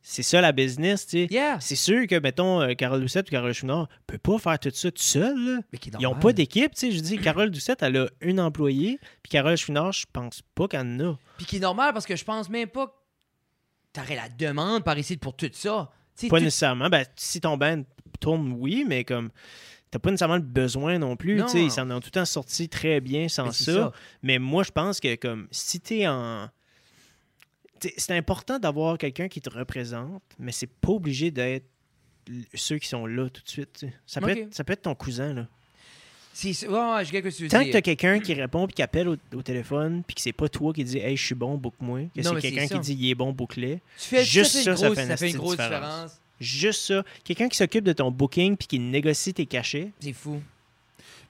C'est ça la business. tu sais. Yeah. C'est sûr que, mettons, euh, Carole Doucette ou Carole Chouinard ne peut pas faire tout ça tout seul. là. Mais qui est Ils n'ont normal. pas d'équipe. tu sais. Je dis, Carole Doucette, elle a une employée, puis Carole Chouinard, je pense pas qu'elle en a. Puis qui est normal parce que je pense même pas que t'aurais la demande par ici pour tout ça. Tu sais, Pas tout- nécessairement. Ben, si ton band tourne, oui, mais comme. T'as pas nécessairement le besoin non plus. Non. tu sais. Ils s'en ont tout le temps sorti très bien sans Mais c'est ça. ça. Mais moi, je pense que comme si t'es en. t'sais, C'est important d'avoir quelqu'un qui te représente, mais c'est pas obligé d'être l- ceux qui sont là tout de suite. t'sais. Ça peut, Ok. être, ça peut être ton cousin. Là. C'est ça. Ouais, ouais, je get ce que tu veux Tant que dire. t'as quelqu'un qui répond puis qui appelle au, au téléphone puis que c'est pas toi qui dis Hey, je suis bon, book-moi. Que Non, c'est mais c'est quelqu'un ça. qui dit Il est bon, bouclé. Tu fais Juste ça, fait une grosse, ça, ça fait une ça fait une petite grosse différence. différence. Juste ça. Quelqu'un qui s'occupe de ton booking puis qui négocie tes cachets. C'est fou.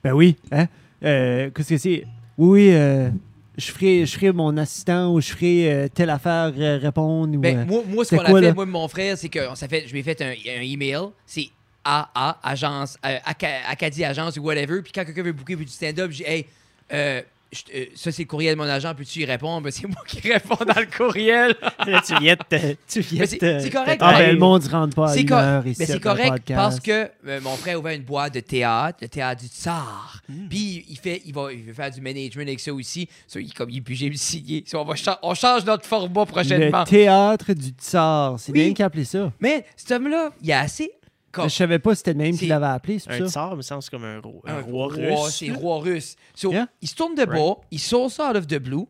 Ben oui, hein? Euh, Qu'est-ce que c'est? Oui, oui, euh, je ferai, je ferai mon assistant ou je ferai euh, telle affaire euh, répondre. ou, Ben, euh, moi, moi, ce C'est qu'on a quoi, fait, là? moi et mon frère, c'est que on s'est fait, je lui ai fait un, un email. C'est AA, agence, euh, Aca- Acadie Agence ou whatever. Puis quand quelqu'un veut booker pour du stand-up, je dis Hey, euh, je te- euh, ça, c'est le courriel de mon agent, peux-tu y répondre? Ben, c'est moi qui réponds dans le courriel. Là, tu viens de te- tu viens Mais c'est- de- c'est de- correct, ah, pareil. ben le monde ne rentre pas à C'est une co- heure Mais ici. c'est dans le correct podcast. parce que euh, mon frère a ouvert une boîte de théâtre, le théâtre du Tsar. Hmm. Puis il fait, il va, il veut faire du management avec ça aussi. Ça, il, comme il est obligé de le signer. Ça, on, va cha- on change notre format prochainement. Le théâtre du tsar, c'est Oui. bien qu'il appelait ça. Mais cet homme-là, il a assez. Mais Comme, Je savais pas si c'était le même C'est qui l'avait appelé, c'est Un pour ça. tsar me semble c'est comme un, ro- un un roi, russe. C'est roi russe. So, Yeah. Il se tourne de bord, il sort ça out of the blue,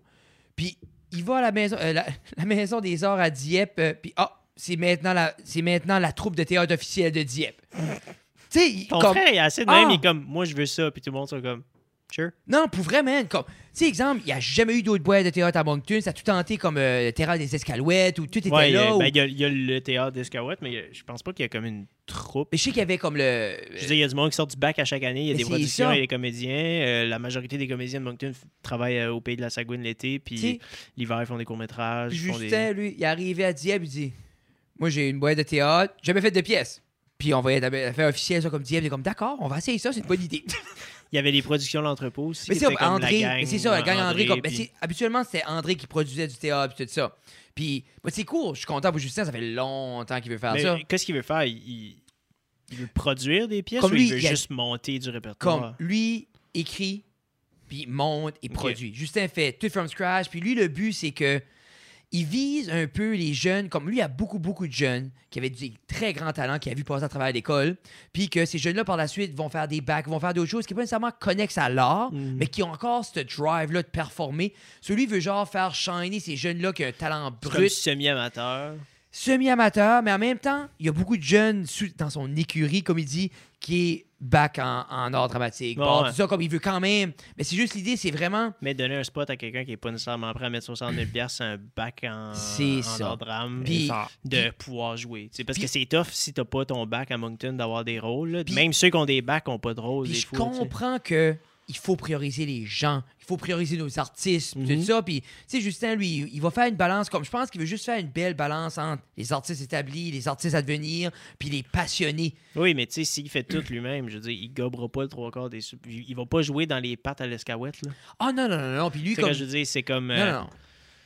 puis il va à la maison, euh, la, la maison des arts à Dieppe, euh, puis ah, c'est maintenant, la- c'est maintenant la troupe de théâtre officielle de Dieppe. tu sais, il- Ton comme- frère, il est assez de même, Ah! il est comme, moi, je veux ça, puis tout le monde sont comme, sure. Non, pour vrai, man. Comme, tu sais, exemple, il n'y a jamais eu d'autres boîtes de théâtre à Moncton. Ça a tout tenté comme euh, le terrain des escalouettes ou tout était Ouais, il y là. a, ou- ben, il y a- il y a le théâtre d'Escaouette, mais il y a- je pense pas qu'il y a comme une troupe. Mais je sais qu'il y avait comme le. euh, Je veux dire, il y a du monde qui sort du bac à chaque année, il y a Mais des c'est productions, ça. il y a des comédiens. euh, la majorité des comédiens de Moncton f- travaillent euh, au pays de la Sagouine l'été, Si. puis l'hiver, ils font des courts-métrages. Puis ils font Justin, des... lui, il est arrivé à Dieppe, il dit Moi, j'ai une boîte de théâtre, jamais fait de pièces. Puis on va être à faire officiel, ça, comme Dieppe. Il est comme D'accord, on va essayer ça, c'est une bonne idée. Il y avait les productions de l'entrepôt aussi. mais qui c'est étaient comme André, la gang, mais c'est ça, la gang ouais, André. comme, puis- ben, c'est- habituellement, c'était André qui produisait du théâtre, puis tout ça. Puis, ben, c'est cool, je suis content pour Justin, ça fait longtemps qu'il veut faire mais ça. Qu'est-ce qu'il veut faire Il- il... il veut produire des pièces Comme ou lui, il veut il y a- juste monter du Comme répertoire lui écrit, puis monte et produit. Justin fait tout from scratch. Puis lui, le but, c'est que il vise un peu les jeunes, comme lui, il y a beaucoup, beaucoup de jeunes qui avaient des très grands talents, qui a vu passer à travers l'école, puis que ces jeunes-là, par la suite, vont faire des bacs, vont faire d'autres choses qui sont pas nécessairement connexes à l'art, Mhm. mais qui ont encore ce drive-là de performer. Celui veut genre faire shiner ces jeunes-là qui ont un talent C'est comme brut semi-amateur. semi-amateur, mais en même temps, il y a beaucoup de jeunes sous- dans son écurie, comme il dit, qui est back en, en art dramatique. Ouais, Bon, ouais. tout ça, comme il veut quand même. Mais c'est juste l'idée, c'est vraiment. Mais donner un spot à quelqu'un qui n'est pas nécessairement prêt à mettre 60 000 piastres sur un bac en, C'est en ça. hors drame Puis- de pouvoir jouer. Tu sais, parce Puis- que c'est tough si t'as pas ton bac à Moncton d'avoir des rôles. là. Puis- Même ceux qui ont des bacs n'ont pas de rôle. Puis des je fois, tu sais. comprends que il faut prioriser les gens, il faut prioriser nos artistes, puis Mhm. tout ça. Puis, tu sais, Justin, lui, il- il va faire une balance comme. Je pense qu'il veut juste faire une belle balance entre les artistes établis, les artistes à devenir, puis les passionnés. Oui, mais tu sais, s'il fait tout lui-même, je veux dire, il gobera pas le trois quarts des. sou- Il il va pas jouer dans les pattes à l'escouette. là. Oh non, non, non, non. Puis lui, Tu sais, comme. quand je dis, c'est comme. Non, euh, non, non.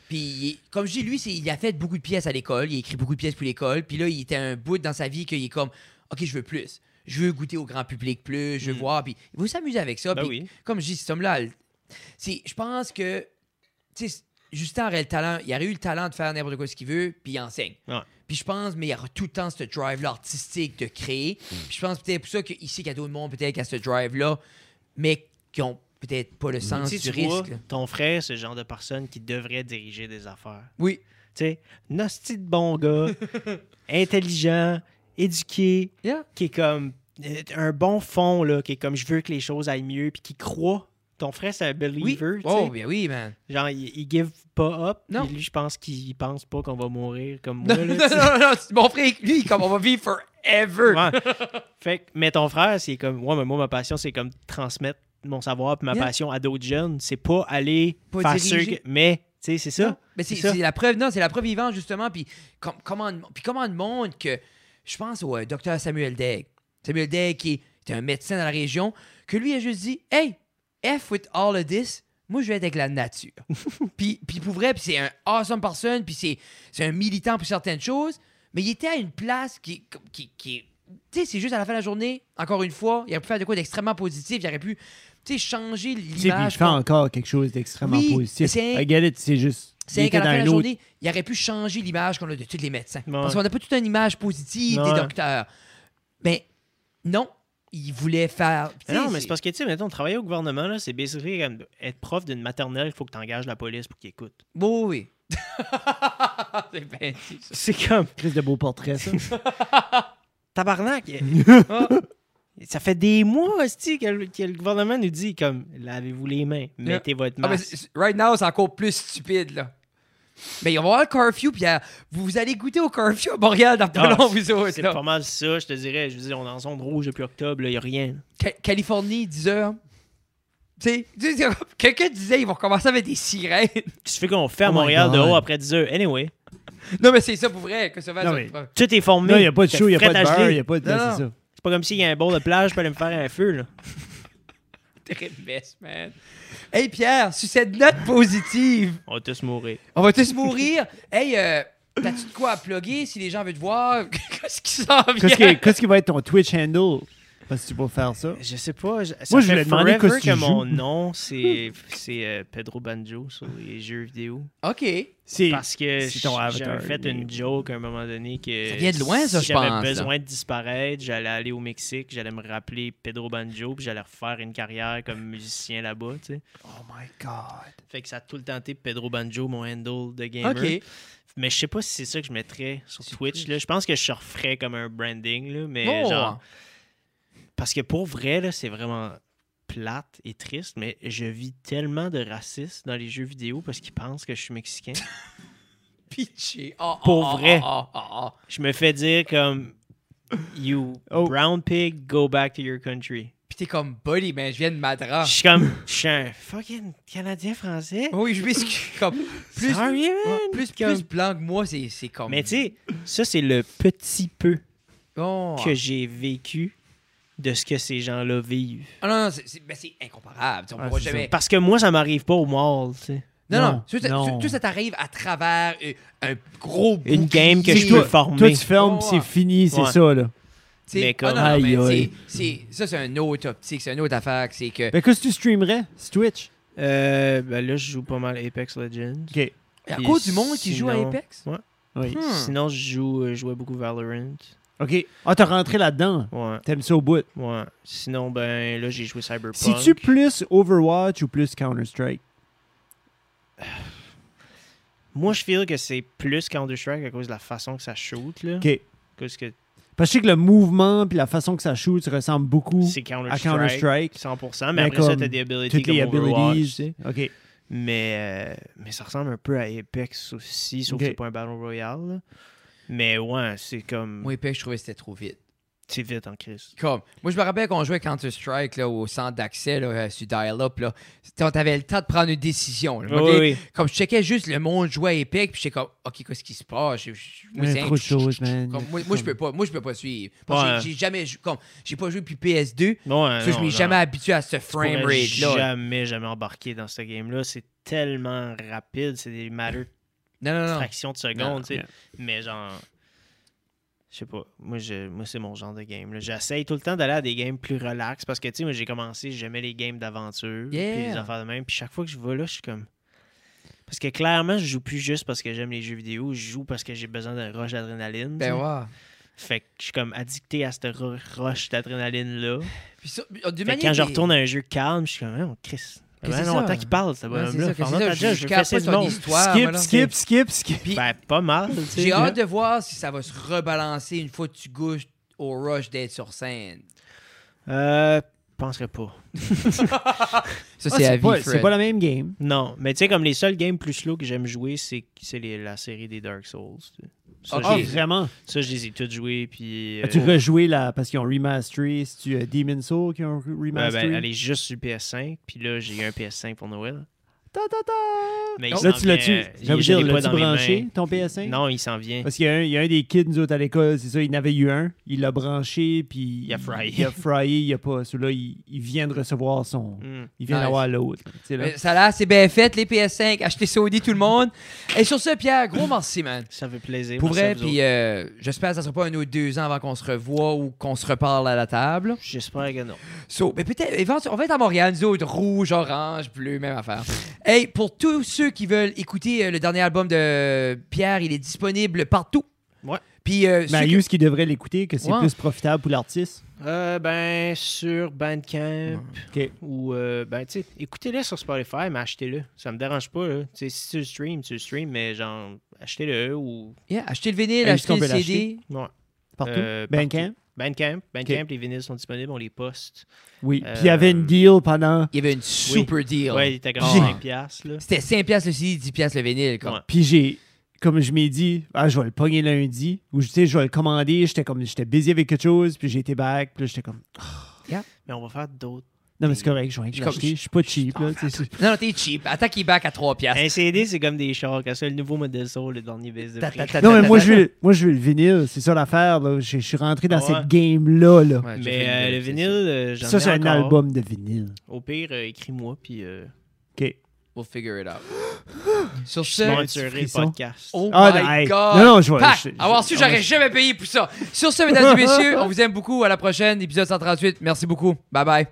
Puis, il est- comme je dis, lui, c'est- il a fait beaucoup de pièces à l'école. Il a écrit beaucoup de pièces pour l'école. Puis là, il était un bout dans sa vie qu'il est comme, OK, je veux plus. je veux goûter au grand public plus, je veux Mm. voir. Puis vous s'amusez avec ça. Ben puis oui. Comme je dis, cet homme-là, elle- c'est- je pense que tu sais, Justin aurait le talent, il aurait eu le talent de faire n'importe quoi ce qu'il veut, puis il enseigne. Ouais. Puis je pense, mais il y aura tout le temps ce drive-là artistique de créer. Mm. Puis je pense peut-être pour ça qu'il sait qu'il y a d'autres monde peut-être qui a ce drive-là, mais qui ont peut-être pas le sens Mm. Tu sais, du tu vois, risque. là. ton frère, c'est le genre de personne qui devrait diriger des affaires. Oui. Tu sais, nasty de bon gars, intelligent, éduqué, Yeah. qui est comme euh, un bon fond, là, qui est comme je veux que les choses aillent mieux, puis qui croit. Ton frère, c'est un Oui. believer. tu Oh, sais. bien oui, man. Genre, il, il give pas up. Non. Puis Lui, je pense qu'il pense pas qu'on va mourir comme moi. Non, non, là, non, tu sais. non, c'est mon frère, lui, comme on va vivre forever. Ouais. Fait que, mais ton frère, c'est comme, ouais, mais moi, ma passion, c'est comme transmettre mon savoir puis ma Yeah. passion à d'autres jeunes. C'est pas aller Pas faire diriger. ce que- Mais, tu sais, c'est ça. Mais c'est, C'est ça. c'est la preuve, non, c'est la preuve vivante, justement. Puis, com- comment, puis comment le monde que. Je pense au euh, docteur Samuel Degg. Samuel Degg, qui est un médecin dans la région, que lui a juste dit Hey, F with all of this, moi, je vais être avec la nature. puis, puis pour vrai, puis c'est un awesome person, puis c'est, c'est un militant pour certaines choses, mais il était à une place qui. qui, qui tu sais, c'est juste à la fin de la journée, encore une fois, il aurait pu faire de quoi d'extrêmement positif, il aurait pu, tu sais, changer Tu sais, puis il l'image. fait encore quelque chose d'extrêmement Oui, mais positif. c'est- I get it, c'est juste. il c'est était qu'à la dans fin de la un autre- journée, il aurait pu changer l'image qu'on a de tous les médecins. Ouais. Parce qu'on n'a pas toute une image positive Ouais. des docteurs. Mais non, il voulait faire. tu sais, non, mais c'est parce que, tu sais, mettons, travailler au gouvernement, là, c'est basically comme être prof d'une maternelle, il faut que tu engages la police pour qu'ils écoutent. Oui, oui. c'est bien dit, ça. C'est comme, Chris de beau portrait, ça. tabarnak. Ah! Ça fait des mois, hostie, que, le- que le gouvernement nous dit, comme, lavez-vous les mains, mettez votre Ah, mais masque. c'est- c'est- right now, c'est encore plus stupide, là. Mais on va avoir le curfew, puis euh, vous, vous allez goûter au curfew à Montréal dans pas Ah, long, vous autres. c'est là. pas mal ça, je te dirais. Je veux dire, on est en zone rouge depuis octobre, il n'y a rien. Ca- Californie, 10 heures. Tu sais, tu sais, quelqu'un disait, ils vont commencer avec des sirènes. Qu'est-ce qui fait qu'on fait à Oh my Montréal de God. haut après 10 heures? Anyway. non, mais c'est ça pour vrai, que ça va. Non, ça- Ah, mais- Tout est formé. Non, il n'y a pas de T'es show, il n'y a prêt pas de à geler. beurre, il n'y a pas de. Non, là, c'est non. ça. C'est pas comme s'il y a un bord de plage, je peux aller me faire un feu. Là. Terriblesse, man. Hey Pierre, sur cette note positive, On va tous mourir. on va tous mourir. Hey, euh, t'as-tu de quoi à plugger si les gens veulent te voir? Qu'est-ce qui s'en vient? Qu'est-ce qui- Qu'est-ce qui va être ton Twitch handle? Parce que tu vas faire ça. Je sais pas. je- ça Moi, je fait voulais demander forever qu'est-ce que tu mon joues. nom, c'est c'est, euh, Pedro Banjo sur les jeux vidéo. OK. C'est Parce que c'est ton j- avatar, j'avais fait mais- une joke à un moment donné que. Ça vient de loin, ça, si je pense, J'avais besoin de disparaître, j'allais aller au Mexique, j'allais me rappeler Pedro Banjo, puis j'allais refaire une carrière comme musicien là-bas, tu sais. Oh my God. Fait que ça a tout le temps été Pedro Banjo, mon handle de gamer. OK. Mais je sais pas si c'est ça que je mettrais sur Sur Twitch. Twitch. Là. Je pense que je referais comme un branding, là, mais Bon. genre. Parce que pour vrai, là, c'est vraiment plate et triste, mais je vis tellement de racistes dans les jeux vidéo parce qu'ils pensent que je suis mexicain. Pitché. Oh, oh, Pour oh, vrai. oh, oh, oh, oh. je me fais dire comme You Oh. brown pig, go back to your country. Puis t'es comme buddy, mais je viens de Madras. Je suis comme je suis un fucking Canadien français. Oui, je m'excuse. Comme Oh, plus, Sorry, man. Ouais, plus, Comme- plus blanc que moi, c'est c'est comme. Mais tu sais, ça c'est le petit peu Oh. que j'ai vécu de ce que ces gens-là vivent. Ah non, non, c'est- c'est ben, c'est incomparable. On Ah, pourra c'est ça. jamais. Parce que moi, ça m'arrive pas au mall, tu sais. Non, non. Non, tout, ça- non. tout ça t'arrive à travers euh, un gros Une game que bouclier. je peux former. Toi, tu fermes, Oh, c'est ouais. fini, c'est Ouais. ça, là. T'sais, Mais comme- ah non, non, mais Aïe, c'est- c'est- ça, c'est un autre optique, c'est une autre affaire. C'est que. Ben, qu'est-ce que tu streamerais? C'est Twitch. Euh, ben là, je joue pas mal Apex Legends. OK. à puis cause du monde qui joue à E sinon- Apex? Oui. Hmm. Sinon, je joue, euh, je jouais beaucoup Valorant. OK. Ah, t'as rentré là-dedans. Ouais, T'aimes ça au bout. ouais. Sinon, ben là, j'ai joué Cyberpunk. Si tu plus Overwatch ou plus Counter-Strike? Moi, je feel que c'est plus Counter-Strike à cause de la façon que ça shoot, là. OK. Parce que Parce que je sais que le mouvement puis la façon que ça shoot, ça ressemble beaucoup c'est à Counter-Strike. Counter-Strike. 100%, mais, Mais après ça, comme t'as des abilities Toutes comme les Overwatch. abilities. OK. Mais, euh, mais ça ressemble un peu à Apex aussi, sauf Ok. que c'est pas un Battle Royale. là. Mais ouais, c'est comme. Moi, E Apex, je trouvais que c'était trop vite. C'est vite en crise. Comme, moi, je me rappelle qu'on jouait Counter-Strike là, au centre d'accès là, euh, sur Dial-Up. Là. C'était- On avait le temps de prendre une décision. là. Ok? oui. Comme je checkais juste le monde jouait à E Apex, puis j'étais comme, OK, qu'est-ce qui se passe? Je- je- moi, Il y a c'est trop de inc- choses, man. Comme, moi, moi, je peux pas, moi, je peux pas suivre. Parce que Ouais. Ah J'ai, j'ai jamais jou- comme, j'ai pas joué depuis PS2. Bon, ça, je m'ai jamais habitué à ce frame rate-là. jamais, jamais embarqué dans ce game-là. C'est tellement rapide. C'est des matters Non, non, de non. fractions de secondes. tu sais. yeah. Mais genre. Je sais pas. Moi, je, moi c'est mon genre de game. là. J'essaye tout le temps d'aller à des games plus relax parce que, tu sais, moi, j'ai commencé, j'aimais les games d'aventure, puis Yeah. les affaires de même. Puis chaque fois que je vais là, je suis comme. Parce que clairement, je joue plus juste parce que j'aime les jeux vidéo, je joue parce que j'ai besoin d'un rush d'adrénaline. tu sais. Ben ouais. Fait que je suis comme addicté à cette ru- rush d'adrénaline-là. Puis ça- de Fait que manière quand je des- retourne à un jeu calme, je suis comme, on Chris. Que Ça fait c'est longtemps ça. qu'il parle, ça Ouais, va. c'est ça, que c'est ça, je- je capote ton histoire, Skip, moi, là. skip, skip, skip. Puis- Ben, pas mal. tu sais, J'ai là. hâte de voir si ça va se rebalancer une fois que tu goûtes au rush d'être sur scène. Euh, je penserais pas. Ça, Ah, c'est à vie, pas, c'est Fred. pas la même game. Non, mais tu sais, comme les seuls games plus slow que j'aime jouer, c'est c'est les- la série des Dark Souls. tu sais. Ça, Ah, Ah, j'ai- vraiment? ça, je les ai toutes jouées. Puis, euh, As-tu rejoué là, parce qu'ils ont remasteré, si tu Demon Soul qui ont re- ouais, ben, remasteré? elle est juste sur le PS5. Puis là, j'ai eu un PS5 pour Noël. Ta, ta, ta. Mais il Oh. Là, s'en tu l'as-tu, vient, euh, j'ai envie de je dire, l'ai pas l'as-tu dans mes branché, mains. ton PS5? Non, il s'en vient. Parce qu'il y, a un- il y a un des kids, nous autres, à l'école, c'est ça, il en avait eu un, il l'a branché, puis... Il a fryé. Il a fryé, il a pas... Celui-là, il, il vient de recevoir son... Hmm. Il vient Nice. d'avoir l'autre. tu sais, là. Mais Ça là, c'est bien fait, les PS5. Achetez Sony, tout le monde. Et sur ce, Pierre, gros merci, man. Ça fait plaisir. Pour merci vrai, à vous puis euh, j'espère que ça sera pas un ou deux ans avant qu'on se revoie ou qu'on se reparle à la table. autres. J'espère que non. So, mais peut-être, éventu- on va être à Montréal, nous autres, rouge, orange, bleu, même affaire. Hey, pour tous ceux qui veulent écouter euh, le dernier album de Pierre, il est disponible partout. Ouais. Puis, euh, ceux Marius qui devrait l'écouter, que c'est Ouais. plus profitable pour l'artiste. Euh, ben, sur Bandcamp Ouais. Ok. ou, euh, ben, tu sais, écoutez-le sur Spotify, mais achetez-le. Ça me dérange pas, là. Tu sais, si tu le stream, tu le stream, mais genre, achetez-le ou... que- Yeah, achetez le vinyle, Est-ce achetez qu'on le peut CD. Ouais. Partout. Euh, ben partout. quand? Bandcamp, Bandcamp, les vinyles sont disponibles, on les poste. Oui. Euh, Puis il y avait une deal pendant... Il y avait une super deal. Ouais, il était comme J'ai- 5 piastres, là. C'était 5 piastres le CD, 10 piastres le vinyle. Comme. Ouais. Puis j'ai, comme je m'ai dit, ah, je vais le pogner lundi, ou je tu sais, je vais le commander, j'étais comme, j'étais busy avec quelque chose, puis j'ai été back, puis là, j'étais comme, Mais on va faire d'autres. non, mais c'est correct, je vais rien comme- acheter, je suis pas cheap, là, tu sais, c'est- Non, non, t'es cheap. Attaque est back à 3 Ah, piastres. Un CD, c'est comme des chars. Quand c'est le nouveau modèle Soul, le dernier baisse de Ta- prix. ta- ta- Non, mais ta- moi, ta- je veux, moi, je veux le vinyle, c'est ça l'affaire, là, je je suis rentré dans Ah ouais. cette game-là, là. Ouais, j'ai Mais fait euh, une- le c'est vinyle, euh, j'en Ça, ai c'est un encore. album de vinyle. Au pire, euh, écris-moi, puis euh, OK. ça. We'll figure it out. Sur je ce, sponsorerai le frisson. podcast. Oh Ah, my non, hey. God! Non, non, je vois- Pac! je- je- Avoir su, ah, j'aurais ouais. jamais payé pour ça. Sur ce, mesdames et messieurs, on vous aime beaucoup. À la prochaine, épisode 138. Merci beaucoup. Bye bye.